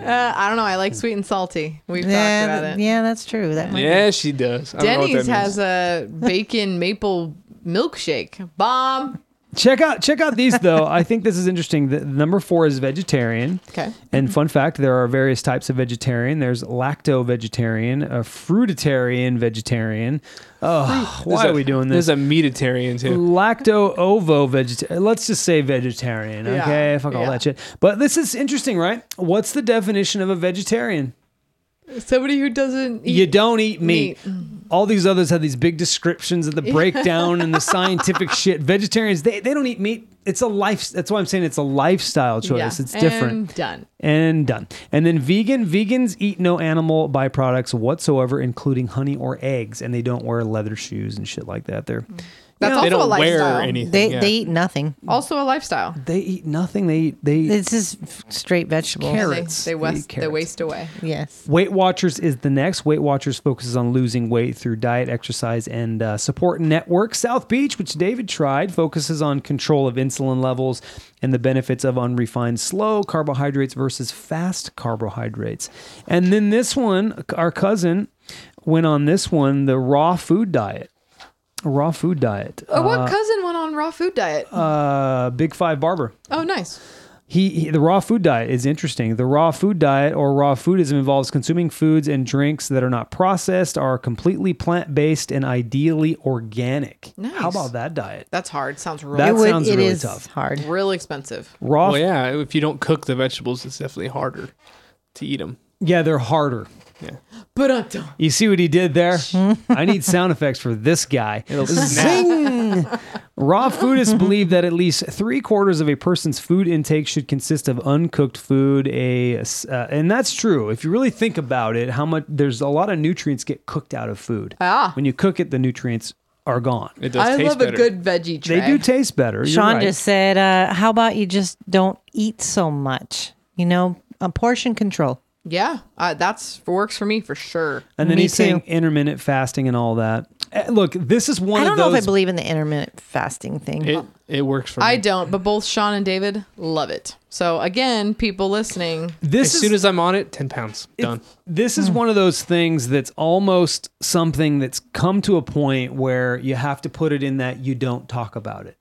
S4: Uh, I don't know. I like sweet and salty. We've
S3: yeah,
S4: talked
S3: th-
S4: about it.
S3: yeah, that's true. That might
S2: Yeah, she does. I don't know what
S4: Denny's
S2: that means.
S4: has a bacon maple milkshake. Bomb.
S1: Check out check out these though. I think this is interesting. The, number four is vegetarian.
S4: Okay.
S1: And fun fact, there are various types of vegetarian. There's lacto vegetarian, a fruitarian vegetarian. Oh,
S2: There's
S1: why
S2: a-
S1: are we doing this?
S2: There's a meatitarian too.
S1: lacto ovo vegetarian. Let's just say vegetarian.
S4: Yeah.
S1: Okay, fuck all
S4: Yeah.
S1: that shit. But this is interesting, right? What's the definition of a vegetarian?
S4: Somebody who doesn't eat.
S1: You don't eat meat. All these others have these big descriptions of the breakdown and the scientific shit. Vegetarians, they, they don't eat meat. it's a life. That's why I'm saying it's a lifestyle choice.
S4: Yeah.
S1: It's different.
S4: And done.
S1: And done. And then vegan. Vegans eat no animal byproducts whatsoever, including honey or eggs, and they don't wear leather shoes and shit like that. They're
S4: That's
S2: they
S4: also a
S2: don't wear
S4: lifestyle.
S2: anything.
S3: They
S2: yeah.
S3: they eat nothing.
S4: Also a lifestyle.
S1: they eat nothing. They eat they eat
S3: This is f- straight vegetables.
S1: Carrot.
S4: They,
S1: Carrots.
S4: they,
S1: They
S4: waste,
S1: eat
S4: they
S1: carrots.
S4: waste away.
S3: Yes.
S1: Weight Watchers is the next. Weight Watchers focuses on losing weight through diet, exercise, and uh, support network. South Beach, which David tried, focuses on control of insulin levels and the benefits of unrefined slow carbohydrates versus fast carbohydrates. And then this one, our cousin went on this one, the raw food diet. Raw food diet.
S4: Oh, what cousin went on raw food diet?
S1: Uh, Big Five Barber
S4: oh, nice.
S1: he, he- the raw food diet is interesting. The raw food diet or raw foodism involves consuming foods and drinks that are not processed, are completely plant based, and ideally organic. How
S4: Nice.
S1: about that diet?
S4: That's hard. Sounds real,
S1: That
S3: it would,
S1: sounds
S3: it
S1: really
S3: is
S1: tough.
S3: hard.
S4: real expensive.
S1: Raw,
S2: Well,
S1: yeah.
S2: yeah. If you don't cook the vegetables, it's definitely harder to eat them.
S1: they're harder.
S2: Yeah.
S4: But
S3: uh,
S4: I don't.
S1: You see what he did there? I need sound effects for this guy. Zing! Raw foodists believe that at least three quarters of a person's food intake should consist of uncooked food. A uh, and that's true. If you really think about it, how much there's a lot of nutrients get cooked out of food.
S4: Ah.
S1: When you cook it, the nutrients are gone.
S2: It does
S4: I
S2: taste
S4: love
S2: better.
S4: a good veggie tray.
S1: They do taste better. You're
S3: Sean
S1: right.
S3: just said, uh, "How about you just don't eat so much? You know, a portion control."
S4: yeah, uh, that's works for me for sure.
S1: and then
S3: me
S1: he's saying
S3: too.
S1: intermittent fasting and all that. Eh, Look, this is one
S3: I
S1: of
S3: don't
S1: those.
S3: know if I believe in the intermittent fasting thing.
S2: It it works for me.
S4: I don't, but both Sean and David love it. So again, people listening,
S1: this
S2: as
S1: is,
S2: soon as I'm on it, ten pounds
S1: it-
S2: done.
S1: This is one of those things that's almost something that's come to a point where you have to put it in that you don't talk about it.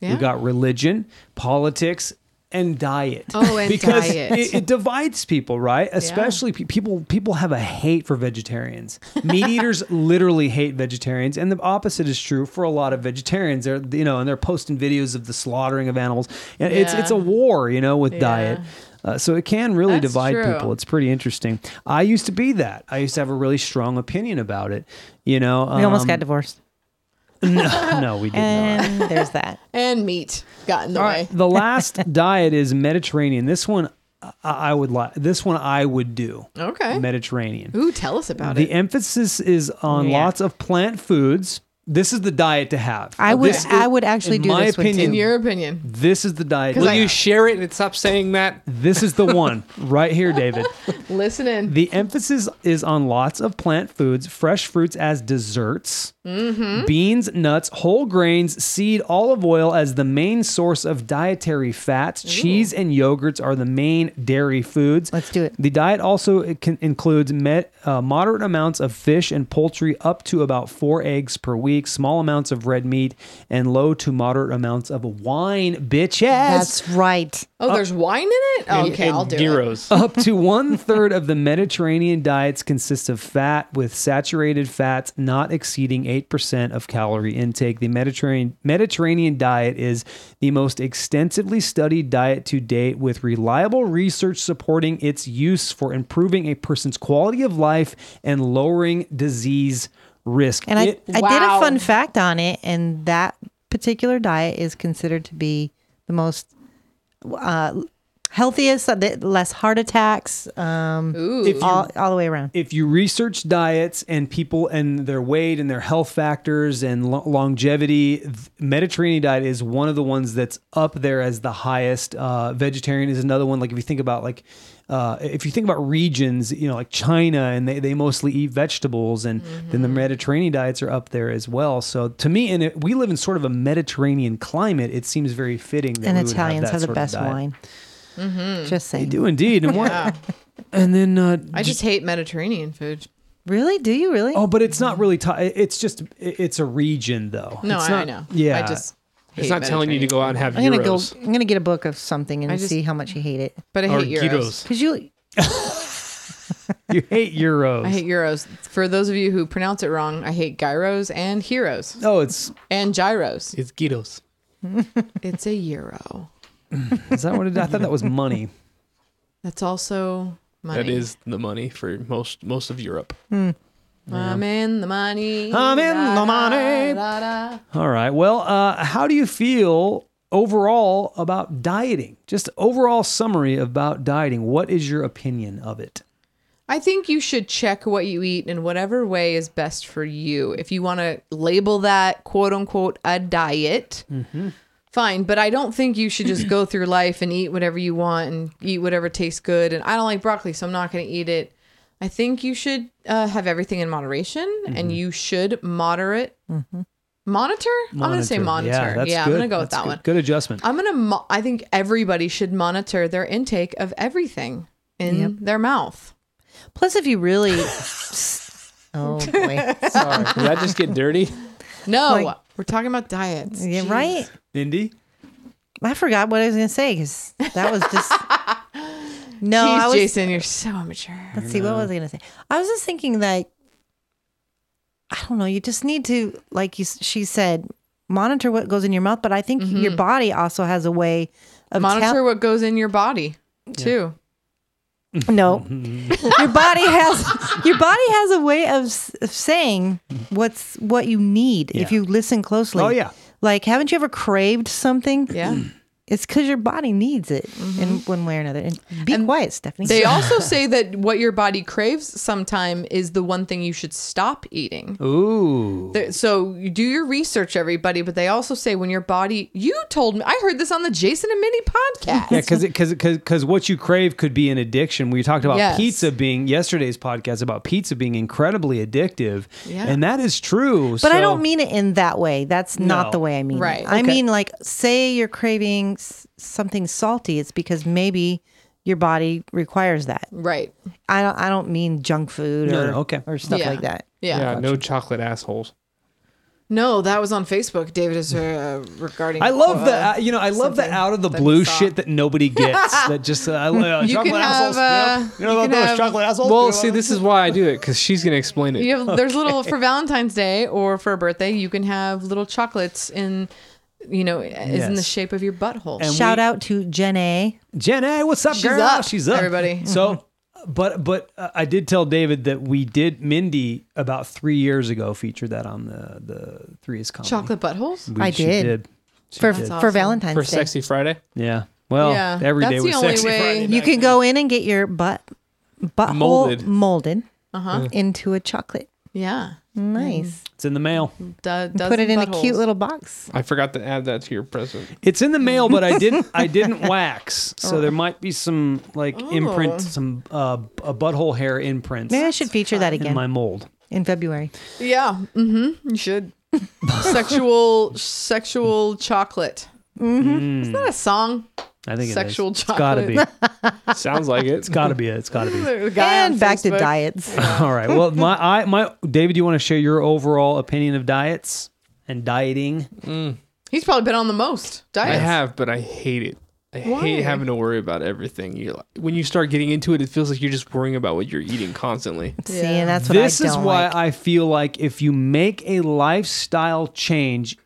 S4: Yeah.
S1: You got religion, politics, and diet.
S4: Oh, and
S1: because
S4: diet.
S1: It, it divides people, right? Especially pe- people. People have a hate for vegetarians. Meat eaters literally hate vegetarians, and the opposite is true for a lot of vegetarians. They're you know, and they're posting videos of the slaughtering of animals, and it's
S4: Yeah.
S1: it's a war, you know, with diet. Uh, so it can really
S4: That's
S1: divide
S4: true.
S1: people. It's pretty interesting. I used to be that. I used to have a really strong opinion about it. You know,
S3: we almost got
S1: um,
S3: divorced,
S1: No, no, we did not.
S3: and there's that.
S4: and meat got in the
S1: All
S4: way.
S1: right. The last diet is Mediterranean. This one I, I would like. This one I would do.
S4: Okay.
S1: Mediterranean.
S4: Ooh, tell us about
S1: The
S4: it.
S1: emphasis is on
S3: Yeah.
S1: lots of plant foods. This is the diet to have.
S3: I would-
S1: This
S3: I would actually
S1: in
S3: do
S1: my
S3: this one, too.
S1: opinion.
S4: In your opinion,
S1: this is the diet.
S2: Will
S4: I-
S2: you share it and stop saying that?
S1: This is the one right here, David.
S4: listen in.
S1: The emphasis is on lots of plant foods, fresh fruits as desserts,
S3: Mm-hmm.
S1: beans, nuts, whole grains, seed, olive oil as the main source of dietary fats. Cheese and yogurts are the main dairy foods.
S3: Let's do it.
S1: The diet also it can, includes met, uh, moderate amounts of fish and poultry, up to about four eggs per week, small amounts of red meat, and low to moderate amounts of wine, bitches.
S3: That's right.
S4: Oh, there's wine in it. Okay,
S2: and
S4: I'll do it.
S2: gyros.
S1: Up to one third of the Mediterranean diets consist of fat, with saturated fats not exceeding 8% of calorie intake. The Mediterranean, Mediterranean diet is the most extensively studied diet to date, with reliable research supporting its use for improving a person's quality of life and lowering disease risk.
S3: And I,
S1: It-
S3: I did a
S4: Wow.
S3: fun fact on it, and that particular diet is considered to be the most uh, healthiest, uh, the- less heart attacks, um,
S4: Ooh,
S3: all, all the way around.
S1: if you research diets and people and their weight and their health factors and lo- longevity, th- Mediterranean diet is one of the ones that's up there as the highest. Uh, vegetarian is another one. Like if you think about like uh, if you think about regions, you know, like China and they, they mostly eat vegetables, and
S3: Mm-hmm.
S1: then the Mediterranean diets are up there as well. So to me, and it, we live in sort of a Mediterranean climate. It seems very fitting that
S3: and
S1: we would
S3: Italians
S1: have, that
S3: have, the
S1: sort of
S3: best
S1: diet.
S3: wine.
S4: Mm-hmm.
S3: Just saying.
S1: They do indeed, and what? And then uh,
S4: I just hate Mediterranean food.
S3: Really? Do you really?
S1: Oh, but it's not really. T- it's just. It's a region, though.
S4: No,
S1: It's
S4: I
S1: not-
S4: know.
S1: Yeah,
S4: I just.
S2: It's
S4: hate
S2: not telling you to go out and have
S3: I'm gonna go.
S2: gyros
S3: I'm gonna get a book of something and
S4: just-
S3: see how much you hate it.
S4: But I
S2: or
S4: hate euros.
S2: gyros.
S3: Cause you,
S1: you hate euros.
S4: I hate euros. For those of you who pronounce it wrong, I hate gyros and heroes
S1: oh, it's
S4: and gyros.
S2: It's gyros.
S4: It's a euro.
S1: is that what it, I thought that was money.
S4: That's also money.
S2: That is the money for most most of Europe.
S4: I'm in the money.
S1: I'm in the money.
S4: da, da.
S1: All right. Well, uh, how do you feel overall about dieting. Just overall summary about dieting. What is your opinion of it?
S4: I think you should check what you eat in whatever way is best for you. If you want to label that quote unquote a diet,
S1: Mm-hmm.
S4: fine. But I don't think you should just go through life and eat whatever you want and eat whatever tastes good. And I don't like broccoli, so I'm not going to eat it. I think you should uh, have everything in moderation
S1: Mm-hmm.
S4: and you should moderate. Monitor? I'm going to say monitor.
S1: Yeah, that's
S4: Yeah, I'm
S1: good.
S4: going to go with
S1: That's
S4: that
S1: good.
S4: one.
S1: Good adjustment.
S4: I'm gonna. Mo- I think everybody should monitor their intake of everything in
S3: Yep.
S4: their mouth.
S3: Plus, if you really, oh boy,
S2: Sorry, did that just get dirty?
S4: No,
S3: Like-
S4: we're talking about diets.
S3: yeah, right?
S1: Indy?
S3: I forgot what I was gonna say because that was just. No,
S4: Jeez,
S3: I was.
S4: Jason, you're so immature.
S3: Let's see, what was I gonna say? I was just thinking that. I don't know. You just need to, like you, s- she said, monitor what goes in your mouth. But I think your body also has a way of tell-
S4: Mm-hmm. Monitor what goes in your body too.
S3: No, your body has your body has a way of, s- of saying what's what you need if
S1: Yeah.
S3: you listen closely.
S1: Oh, yeah.
S3: like haven't you ever craved something?
S4: Yeah. Mm-hmm.
S3: it's because your body needs it in one way or another. And be quiet, Stephanie.
S4: They also say that what your body craves sometime is the one thing you should stop eating.
S1: Ooh.
S4: There- So you do your research, everybody. But they also say when your body, you told me, I heard this on the Jason and Minnie podcast.
S1: Yeah, because because because what you crave could be an addiction. We talked about
S4: Yes.
S1: pizza being yesterday's podcast about pizza being incredibly addictive,
S4: Yeah.
S1: and that is true.
S3: But I don't mean it in that way. That's
S1: No.
S3: not the way I mean
S4: Right.
S3: it. I
S4: Okay.
S3: mean, like, say you're craving s- something salty. It's because maybe your body requires that.
S4: Right.
S3: I don't. I don't mean junk food or
S1: No, no, okay.
S3: or stuff
S4: Yeah.
S3: like that.
S4: Yeah.
S2: Yeah, no chocolate assholes.
S4: No, that was on Facebook. David is uh, regarding.
S1: I love
S4: uh,
S1: the uh, you know I love the
S4: something
S1: out of the
S4: that we
S1: blue
S4: saw.
S1: shit that nobody gets. that just uh, I love-
S4: You
S1: chocolate
S4: can
S1: assholes.
S4: have,
S1: you know?
S4: uh,
S1: you know
S4: you
S1: about
S4: can
S1: those
S4: have-
S1: chocolate assholes?
S2: Well,
S1: You
S2: see,
S1: know?
S2: this is why I do it because she's gonna explain it.
S4: You have there's little for Valentine's Day or for a birthday. You can have little chocolates in, you know, is in the
S1: Yes.
S4: shape of your butthole.
S1: And
S3: Shout
S1: we-
S3: out to Jen A.
S1: Jen, hey, what's up,
S4: She's
S1: girl?
S4: up,
S1: She's up,
S4: everybody. Mm-hmm.
S1: So, but but uh, I did tell David that we did Mindy about three years ago featured that on the the three is comedy.
S4: Chocolate buttholes.
S1: We-
S3: I
S1: she
S3: did.
S1: She
S3: for
S1: did.
S3: for
S4: awesome.
S3: Valentine's
S2: for
S3: Day.
S2: sexy Friday.
S1: Yeah. Well,
S4: Yeah,
S1: every day
S4: that's
S1: was
S4: the only
S1: sexy
S4: way-
S1: Friday
S3: You
S1: night.
S3: can go in and get your butt butthole
S2: Molded.
S3: molded,
S1: Mm-hmm.
S3: into a chocolate.
S4: uh-huh. Yeah,
S3: Nice.
S1: It's in the mail.
S4: Do-
S3: Put it in a
S4: Mm-hmm. buttholes.
S3: cute little box.
S2: I forgot to add that to your present.
S1: It's in the mail, but I didn't. I didn't wax, so there might be some like
S4: Oh.
S1: imprint, some uh, a butthole hair imprint
S3: Maybe I should feature that
S1: in
S3: again
S1: my mold.
S3: in February.
S4: Yeah, mm-hmm. you should. sexual, sexual chocolate.
S1: Mm.
S4: Mm-hmm. Isn't that a song?
S1: I think it is.
S4: Sexual
S1: It's gotta be. It's
S2: Sounds like it.
S1: gotta be. it. It's gotta be.
S4: The guy on
S3: and back to
S4: Facebook.
S3: diets.
S1: All right. Well, my I my David, you want to share your overall opinion of diets and dieting?
S4: He's probably been on the most
S2: I
S4: diets.
S2: have, but I hate it. I
S4: Why?
S2: hate having to worry about everything. You like, when you start getting into it, it feels like you're just worrying about what you're eating constantly.
S3: See, and that's what
S1: This
S3: I
S1: is
S3: don't
S1: why
S3: like.
S1: I feel like if you make a lifestyle change,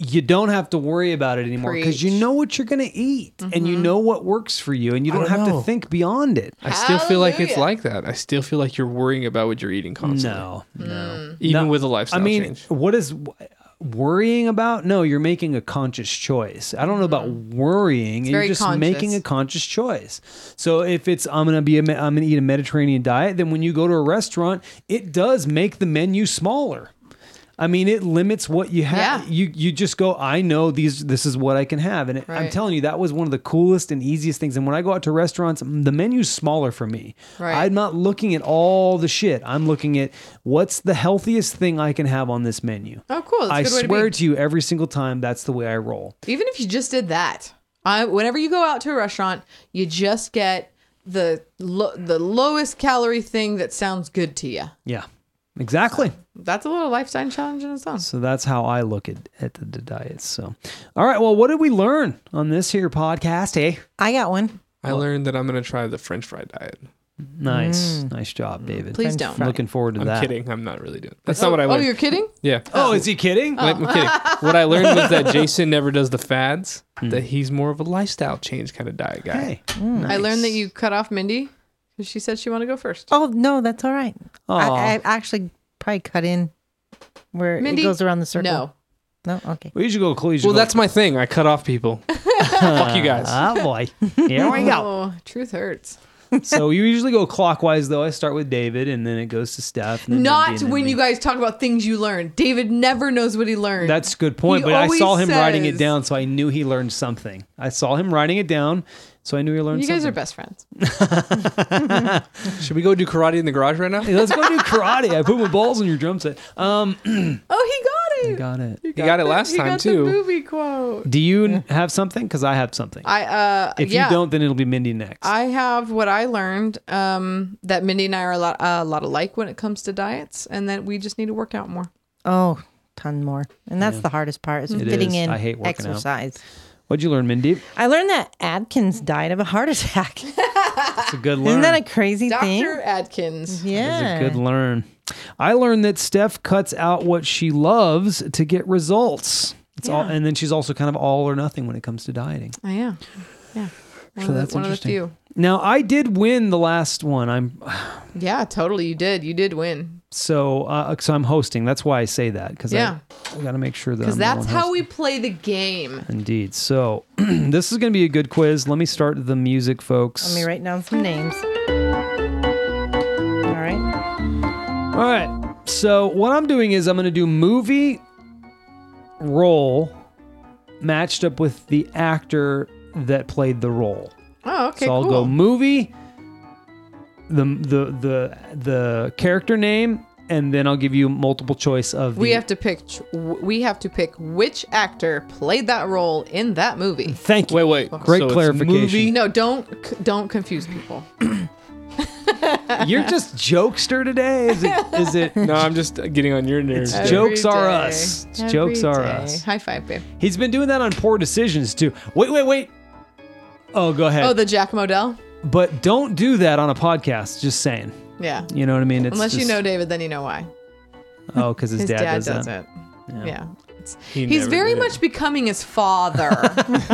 S1: you don't have to worry about it anymore because you
S4: Preach.
S1: know what you're going to eat and
S3: Mm-hmm.
S1: you know what works for you and you don't, have
S2: know.
S1: to think beyond it.
S2: I still feel like it's
S4: Hallelujah.
S2: like that. I still feel like you're worrying about what you're eating constantly.
S1: No,
S3: Mm.
S1: no.
S2: Even
S1: No.
S2: with a
S1: I
S2: lifestyle
S1: mean,
S2: change.
S1: what is worrying about? No, you're making a conscious choice. I don't know about worrying. You're
S4: Mm-hmm. very
S1: just
S4: conscious.
S1: making a conscious choice. So if it's I'm gonna be a, me- I'm gonna eat a Mediterranean diet, then when you go to a restaurant, it does make the menu smaller. I mean, it limits what you have.
S4: Yeah.
S1: You you just go. I know these. This is what I can have, and it, I'm
S4: Right.
S1: telling you, that was one of the coolest and easiest things. And when I go out to restaurants, m- the menu's smaller for me.
S4: Right.
S1: I'm not looking at all the shit. I'm looking at what's the healthiest thing I can have on this menu.
S4: Oh, cool. That's a
S1: I
S4: good way to
S1: swear
S4: be.
S1: to you, every single time, that's the way I roll.
S4: Even if you just did that, I, whenever you go out to a restaurant, you just get the lo- the lowest calorie thing that sounds good to you.
S1: Yeah, exactly.
S4: That's a little lifestyle challenge in its own.
S1: So that's how I look at, at the, the diets. So, all right. Well, what did we learn on this here podcast? eh? Hey,
S3: I got one.
S2: I learned that I'm going to try the french fry diet.
S1: nice, nice job, David.
S4: Mm. Please don't.
S1: I'm looking forward to
S2: I'm
S1: that.
S2: kidding. I'm not really doing That's not what I
S4: Oh,
S2: learned.
S4: you're kidding?
S2: yeah.
S1: Oh, is he kidding?
S2: Wait, I'm kidding. What I learned was that Jason never does the fads, that he's more of a lifestyle change kind of diet guy.
S1: Hmm. Hey.
S4: I learned that you cut off Mindy because she said she wanted to go first.
S3: Oh no, that's all right.
S1: Aw.
S3: I, I actually probably cut in where
S4: Mindy,
S3: it goes around the circle.
S4: No,
S3: No, okay.
S1: We usually go collegiate.
S2: Well, that's my thing. I cut off people. Fuck you guys.
S1: Ah, boy. Here we go.
S4: Oh, truth hurts.
S1: so you usually go clockwise, though. I start with David, and then it goes to Steph. and then Mindy,
S4: Not
S1: and then
S4: when
S1: me.
S4: you guys talk about things you learned. David never knows what he learned.
S1: That's a good point.
S4: He
S1: But I saw
S4: always
S1: him writing it
S4: says-
S1: down, so I knew he learned something. I saw him writing it down, so I knew he learned
S4: you guys
S1: something.
S4: are best friends.
S2: Should we go do karate in the garage right now?
S1: Hey, let's go do karate. I put my balls in your drum set. Um,
S4: Oh, he got it.
S1: got it.
S4: He
S2: got it last
S4: he
S2: time,
S4: got
S2: too.
S4: The movie quote.
S1: Do you n- have something? Because I have something.
S4: I uh
S1: if
S4: yeah. Uh,
S1: you don't, then it'll be Mindy next.
S4: I have what I learned um, that Mindy and I are a lot, a lot alike when it comes to diets, and that we just need to work out more.
S3: Oh, ton more. And that's the hardest part is fitting
S1: is.
S3: in
S1: I hate working out.
S3: exercise.
S1: What'd you learn, Mindy?
S4: uh,
S3: I learned that Adkins died of a heart attack.
S1: It's a good learn.
S3: Isn't that a crazy thing?
S4: Doctor Adkins.
S3: Yeah.
S1: It's a good learn. I learned that Steph cuts out what she loves to get results. It's all, and then she's also kind of all or nothing when it comes to dieting.
S4: I am. Oh, Yeah. One,
S1: So
S4: of,
S1: that's
S4: the, one of the
S1: interesting.
S4: few.
S1: Now I did win the last one. I'm
S4: Yeah, totally. You did. You did win.
S1: so uh, so I'm hosting. That's why I say that because
S4: Yeah.
S1: I, got to make sure that
S4: Because
S1: I'm the
S4: that's
S1: one
S4: how
S1: hosting.
S4: we play the game.
S1: Indeed. So this is going to be a good quiz. Let me start the music, folks.
S3: Let me write down some names. All right.
S1: All right. So what I'm doing is I'm going to do movie role matched up with the actor that played the role.
S4: Oh, okay.
S1: so I'll
S4: cool.
S1: go movie, the the the the character name, and then I'll give you multiple choice of.
S4: we
S1: the-
S4: have to pick. ch- We have to pick which actor played that role in that movie.
S1: Thank you.
S2: Wait, wait.
S1: Great
S2: So it's
S1: clarification.
S2: Movie.
S4: No, don't c- don't confuse people.
S1: You're just jokester today. Is it? Is it?
S2: No, I'm just getting on your nerves.
S1: It's
S2: Dave.
S1: joke- Jokes
S4: Every
S1: are
S4: day.
S1: us. It's jokes are us.
S4: High five, babe.
S1: He's been doing that on poor decisions too. Wait, wait, wait. Oh, go ahead.
S4: Oh, the Jack Modell.
S1: but don't do that on a podcast. Just saying.
S4: Yeah.
S1: You know what I mean? It's
S4: Unless you
S1: just-
S4: know David, then you know why.
S1: Oh, because his,
S4: His
S1: dad,
S4: dad,
S1: does,
S4: does,
S1: that.
S4: it. Yeah. It's-
S2: He
S4: He's
S2: never
S4: very
S2: did.
S4: much becoming his father.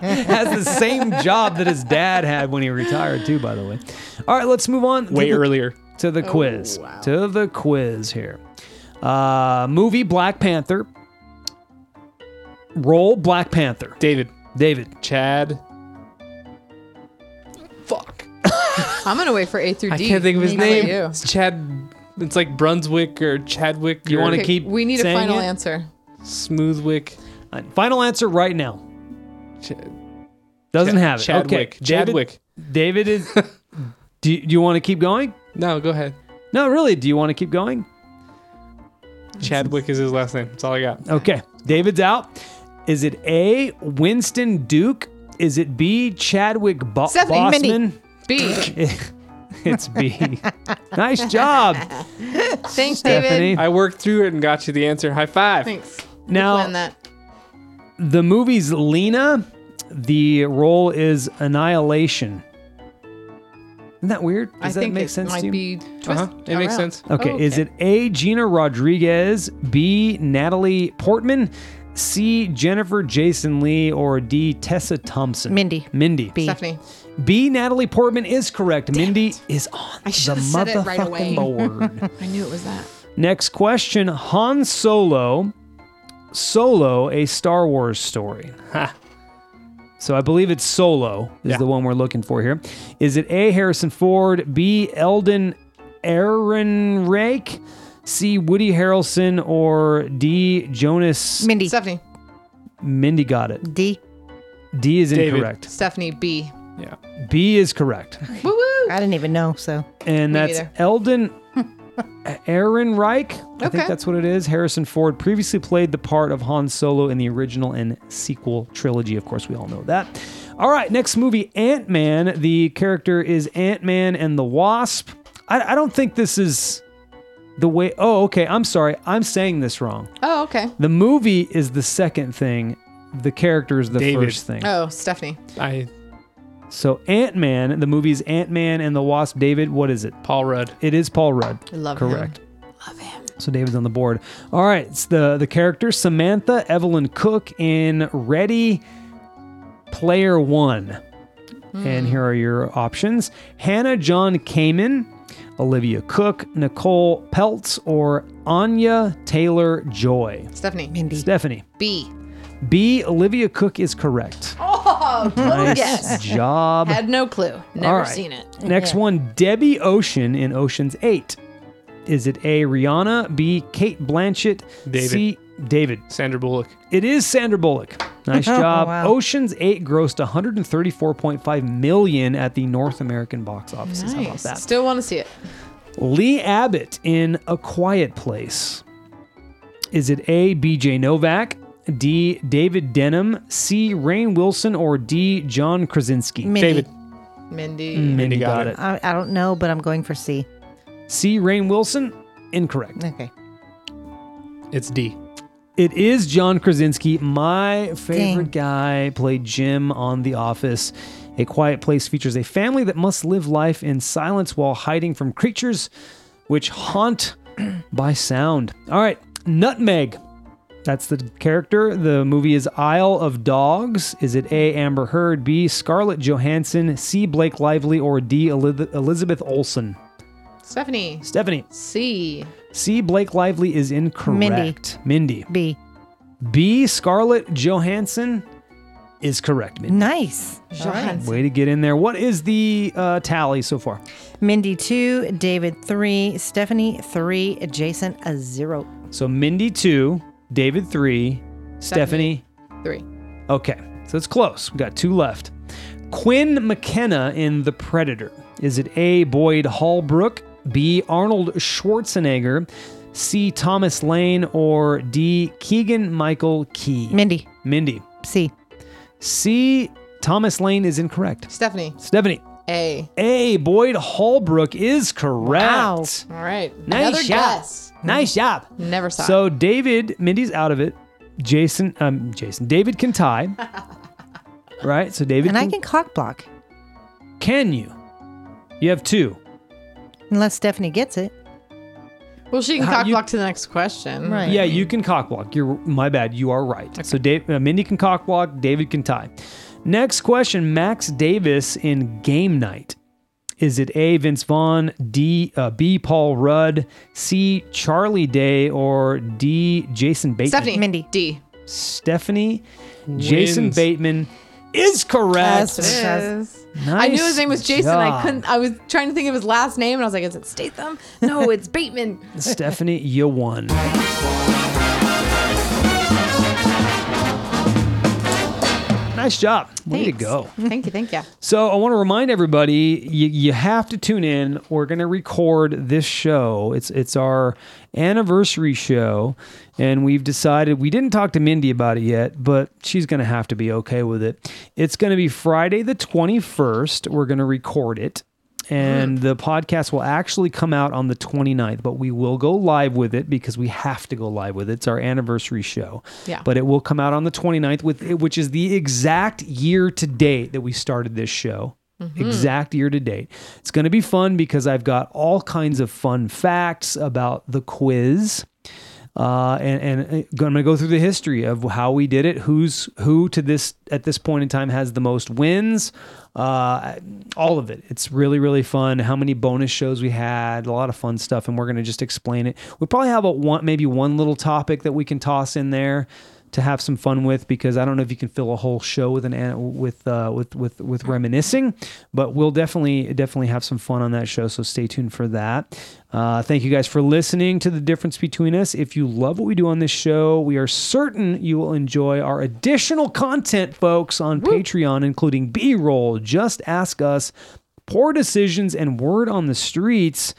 S1: Has the same job that his dad had when he retired too. By the way. All right, let's move on. to
S2: way
S1: the-
S2: earlier.
S1: to
S4: Oh,
S1: the quiz. To the quiz here. Uh, movie Black Panther. Roll Black Panther.
S2: David,
S1: David.
S2: Chad. Fuck.
S4: I'm gonna wait for A through
S2: I
S4: D.
S2: can't think of his
S4: How about
S2: name.
S4: you?
S2: It's Chad. It's like Brunswick or Chadwick.
S1: You
S2: or
S1: wanna
S4: Okay,
S1: keep
S4: We need a
S1: saying
S4: final
S1: it?
S4: answer.
S2: Smoothwick?
S1: Uh, Final answer right now.
S2: Ch-
S1: Doesn't
S2: Ch-
S1: have it.
S2: Chadwick.
S1: Okay. David-
S2: Chadwick.
S1: David is. do, you, do you want to keep going?
S2: No, go ahead.
S1: No, really. Do you want to keep going?
S2: Chadwick is his last name. That's all I got.
S1: Okay. David's out. Is it A. Winston Duke? Is it B. Chadwick Bo-
S4: Seth
S1: Bossman?
S4: and Mindy. B.
S1: It's B. nice job,
S4: Thanks,
S1: Stephanie.
S4: David.
S2: I worked through it and got you the answer. High five.
S4: Thanks.
S1: Now-
S4: Plan that.
S1: The movie's Lena. The role is Annihilation. Isn't that weird? Does
S4: I
S1: that
S4: think
S1: make
S4: it
S1: sense
S4: might
S1: to you? Uh-huh.
S4: be twist
S2: Uh huh. It makes
S4: around.
S2: sense.
S1: okay,
S4: Oh,
S1: is it A. Gina Rodriguez, B. Natalie Portman, C. Jennifer Jason Lee, or D. Tessa Thompson?
S3: Mindy.
S1: Mindy.
S3: B.
S4: Stephanie?
S1: B. Natalie Portman is correct. Mindy is on
S4: I
S1: the
S4: should've said it right
S1: motherfucking
S4: away.
S1: board.
S4: I knew it was that.
S1: Next question Han Solo, Solo, a Star Wars story. So I believe it's Solo is
S2: Yeah.
S1: the one we're looking for here. Is it A, Harrison Ford, B, Eldon Ehrenreich, C, Woody Harrelson, or D, Jonas?
S3: Mindy.
S4: Stephanie.
S1: Mindy got it.
S3: D.
S1: D is
S2: David.
S1: incorrect.
S4: Stephanie B.
S2: Yeah.
S1: B is correct.
S4: Woo woo.
S3: I didn't even know, so
S1: And
S4: Me
S1: that's
S4: neither.
S1: Eldon Aaron Reich. I think
S4: Okay.
S1: that's what it is. Harrison Ford previously played the part of Han Solo in the original and sequel trilogy. Of course, we all know that. All right, next movie Ant Man. The character is Ant Man and the Wasp. I, I don't think this is the way. Oh, okay. I'm sorry. I'm saying this wrong.
S4: Oh, okay.
S1: The movie is the second thing, the character is the
S2: David.
S1: first thing.
S4: Oh, Stephanie.
S2: I
S1: So, Ant Man, the movie's Ant Man and the Wasp. David, what is it?
S2: Paul Rudd.
S1: It is Paul Rudd.
S4: I love him.
S1: Correct. Love him. So David's on the board. All right, it's the the character Samantha Evelyn Cook in Ready Player
S4: Hmm.
S1: One. And here are your options: Hannah John Kamen, Olivia Cook, Nicole Peltz, or Anya Taylor Joy.
S4: Stephanie.
S3: Mindy.
S1: Stephanie.
S4: B.
S1: B. Olivia Cook is correct.
S4: Oh,
S1: nice
S4: yes.
S1: job.
S4: Had no clue. Never
S1: All right.
S4: seen it.
S1: Next one Debbie Ocean in Ocean's 8. Is it A. Rihanna, B. Kate Blanchett,
S2: David.
S1: C. David.
S2: Sandra Bullock.
S1: It is Sandra Bullock. Nice job.
S3: wow.
S1: Ocean's 8 grossed 134.5 million at the North American box offices. How about
S4: Nice.
S1: that?
S4: Still want to see it.
S1: Lee Abbott in A Quiet Place. Is it A, BJ Novak, D, David Denham, C, Rain Wilson, or D, John Krasinski?
S3: Mindy.
S2: David.
S4: Mindy.
S1: Mindy got
S2: got
S1: it.
S3: I, I don't know, but I'm going for C.
S1: C, Rain Wilson? Incorrect.
S3: Okay.
S2: It's D.
S1: It is John Krasinski, my favorite
S3: Dang.
S1: guy, played Jim on The Office. A Quiet Place features a family that must live life in silence while hiding from creatures which haunt by sound. All right, Nutmeg. That's the character. The movie is Isle of Dogs. Is it A. Amber Heard, B. Scarlett Johansson, C. Blake Lively, or D. Eliz- Elizabeth Olsen?
S4: Stephanie.
S1: Stephanie.
S4: C.
S1: C. Blake Lively is incorrect. Mindy.
S3: B.
S1: B. Scarlett Johansson is correct. Mindy.
S3: Nice.
S4: Johansson.
S1: Way to get in there. What is the uh, tally so far?
S3: Mindy two, David three, Stephanie three, Jason a zero.
S1: So Mindy two, David three, Stephanie.
S4: Three.
S1: Okay, so it's close. We got two left. Quinn McKenna in The Predator. Is it A. Boyd Hallbrook, B. Arnold Schwarzenegger, C. Thomas Lane, or D. Keegan Michael Key?
S3: Mindy.
S1: Mindy.
S3: C.
S1: C. Thomas Lane is incorrect.
S4: Stephanie.
S1: Stephanie.
S4: A.
S1: A. Boyd Holbrook is correct.
S3: Wow.
S4: All right.
S1: Nice
S4: Another
S1: job.
S4: guess. Mm,
S1: Nice job.
S4: Never saw it.
S1: So David, Mindy's out of it. Jason, um, Jason, David can tie. right. So David,
S3: And I
S1: can,
S3: can cock block.
S1: can you? You have two.
S3: Unless Stephanie gets it.
S4: Well, she can
S1: How
S4: cock
S1: you-
S4: block to the next question.
S3: Right.
S1: Yeah, you can cock block. You're my bad. You are right. So Dave, uh, Mindy can cock block. David can tie. Next question: Max Davis in Game Night. Is it A. Vince Vaughn, D. Uh, B. Paul Rudd, C. Charlie Day, or D. Jason Bateman?
S4: Stephanie.
S3: Mindy.
S4: D.
S1: Stephanie. Jason
S2: Wins.
S1: Bateman is correct.
S3: Yes. Says-
S4: I knew his name was Jason. I
S1: job.
S4: couldn't. I was trying to think of his last name, and I was like, "Is it Statham? No, it's Bateman."
S1: Stephanie, you won. Nice job. Way to
S4: Thanks.
S1: go.
S4: Thank you. Thank you.
S1: So I want to remind everybody, you, you have to tune in. We're going to record this show. It's it's our anniversary show, and we've decided we didn't talk to Mindy about it yet, but she's going to have to be okay with it. It's going to be Friday the twenty first. We're going to record it. And the podcast will actually come out on the 29th, but we will go live with it because we have to go live with it. It's our anniversary show.
S4: Yeah.
S1: But it will come out on the 29th with which is the exact year to date that we started this show exact year to date it's going to be fun because i've got all kinds of fun facts about the quiz uh, and, and I'm going to go through the history of how we did it, who's who to this at this point in time has the most wins, uh, all of it. It's really really fun. How many bonus shows we had, a lot of fun stuff, and we're going to just explain it. We probably have a one maybe one little topic that we can toss in there to have some fun with because I don't know if you can fill a whole show with an an with uh, with with with reminiscing, but we'll definitely definitely have some fun on that show. So stay tuned for that. Uh, thank you guys for listening to the difference between us. If you love what we do on this show, we are certain you will enjoy our additional content, folks, on Patreon, including B roll, just ask us, poor decisions, and word on the streets.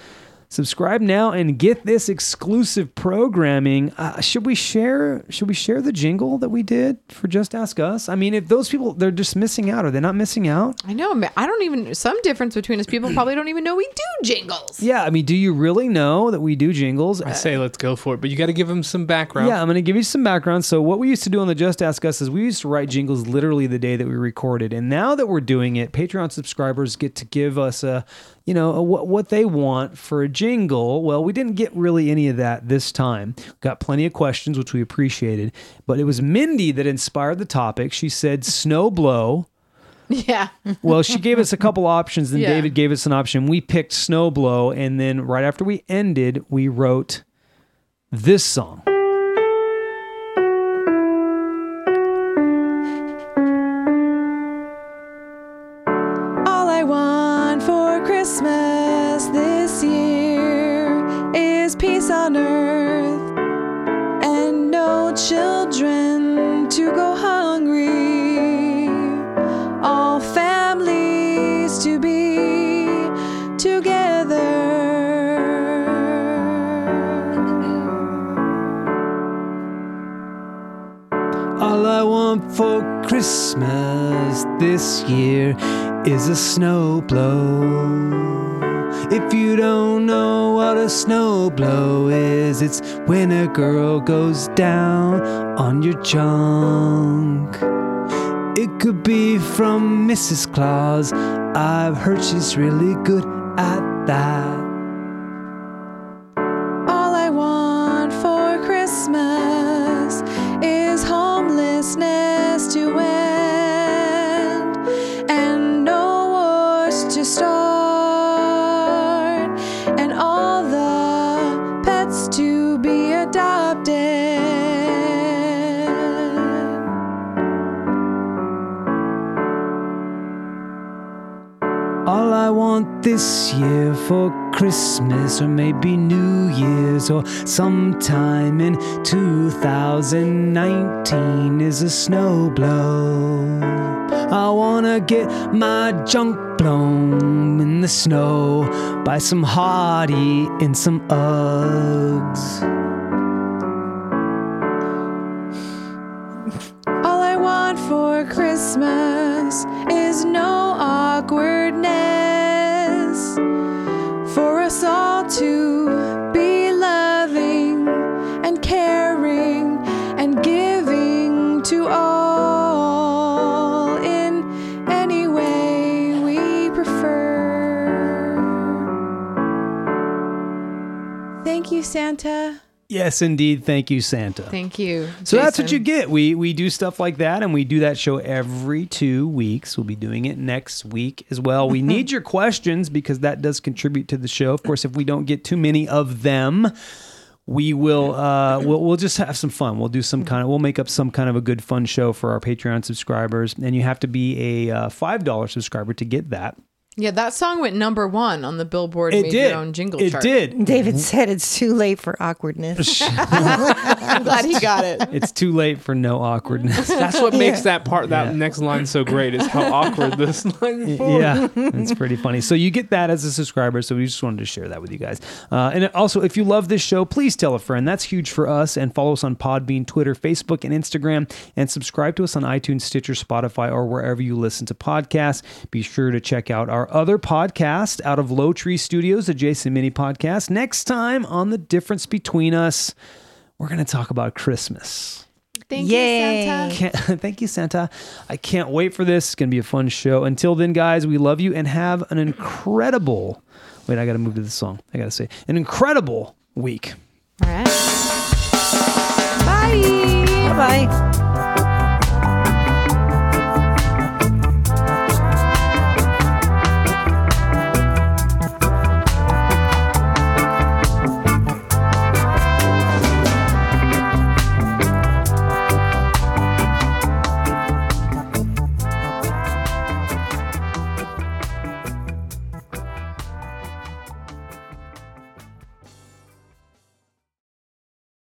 S1: Subscribe now and get this exclusive programming. Uh, should we share? Should we share the jingle that we did for Just Ask Us? I mean, if those people they're just missing out, are they not missing out?
S4: I know. man. I don't even. Some difference between us. People probably don't even know we do jingles.
S1: Yeah, I mean, do you really know that we do jingles?
S2: I say let's go for it, but you got to give him some background.
S1: Yeah, I'm going to give you some background. So, what we used to do on the Just Ask Us is we used to write jingles literally the day that we recorded, and now that we're doing it, Patreon subscribers get to give us a, you know, a, what what they want for a jingle. Well, we didn't get really any of that this time. Got plenty of questions, which we appreciated, but it was Mindy that inspired the topic. She said, "Snow blow."
S4: Yeah.
S1: Well, she gave us a couple options, then
S4: Yeah.
S1: David gave us an option. We picked Snowblow, and then right after we ended, we wrote this song.
S4: All I want for Christmas this year is peace on earth and no children to go hungry. All families to be together.
S1: All I want for Christmas this year is a snow blow. If you don't know what a snow blow is, it's when a girl goes down on your junk. It could be from Mrs. Claus. I've heard she's really good at that.
S4: All I want for Christmas is homelessness to end and no wars to start and all the pets to be adopted.
S1: All I want this year for Christmas, or maybe New Year's, or sometime in 2019 is a snow blow. I wanna get my junk blown in the snow by some hardy and some Uggs.
S4: All I want for Christmas is no awkwardness. For us all to be loving and caring and giving to all in any way we prefer. Thank you, Santa.
S1: Yes, indeed. Thank you, Santa.
S4: Thank you.
S1: So that's what you get. We we do stuff like that, and we do that show every two weeks. We'll be doing it next week as well. We need your questions because that does contribute to the show. Of course, if we don't get too many of them, we will uh, we'll, we'll just have some fun. We'll do some kind of we'll make up some kind of a good fun show for our Patreon subscribers, and you have to be a uh, five dollar subscriber to get that.
S4: Yeah, that song went number one on the Billboard Made Your Own Jingle
S1: It
S4: chart.
S1: did.
S3: David said it's too late for awkwardness.
S4: I'm glad he got it.
S1: It's too late for no awkwardness.
S2: That's what makes that part, that next line, so great. Is how awkward this line is. for.
S1: Yeah, it's pretty funny. So you get that as a subscriber. So we just wanted to share that with you guys. Uh, and also, if you love this show, please tell a friend. That's huge for us. And follow us on Podbean, Twitter, Facebook, and Instagram. And subscribe to us on iTunes, Stitcher, Spotify, or wherever you listen to podcasts. Be sure to check out our other podcast out of Low Tree Studios, the Jason Mini Podcast. Next time on the difference between us, we're going to talk about Christmas.
S4: Thank
S3: Yay.
S4: you, Santa.
S1: Can't, thank you, Santa. I can't wait for this. It's going to be a fun show. Until then, guys, we love you and have an incredible. Wait, I got to move to the song. I got to say, an incredible week.
S4: All right. Bye.
S3: Bye.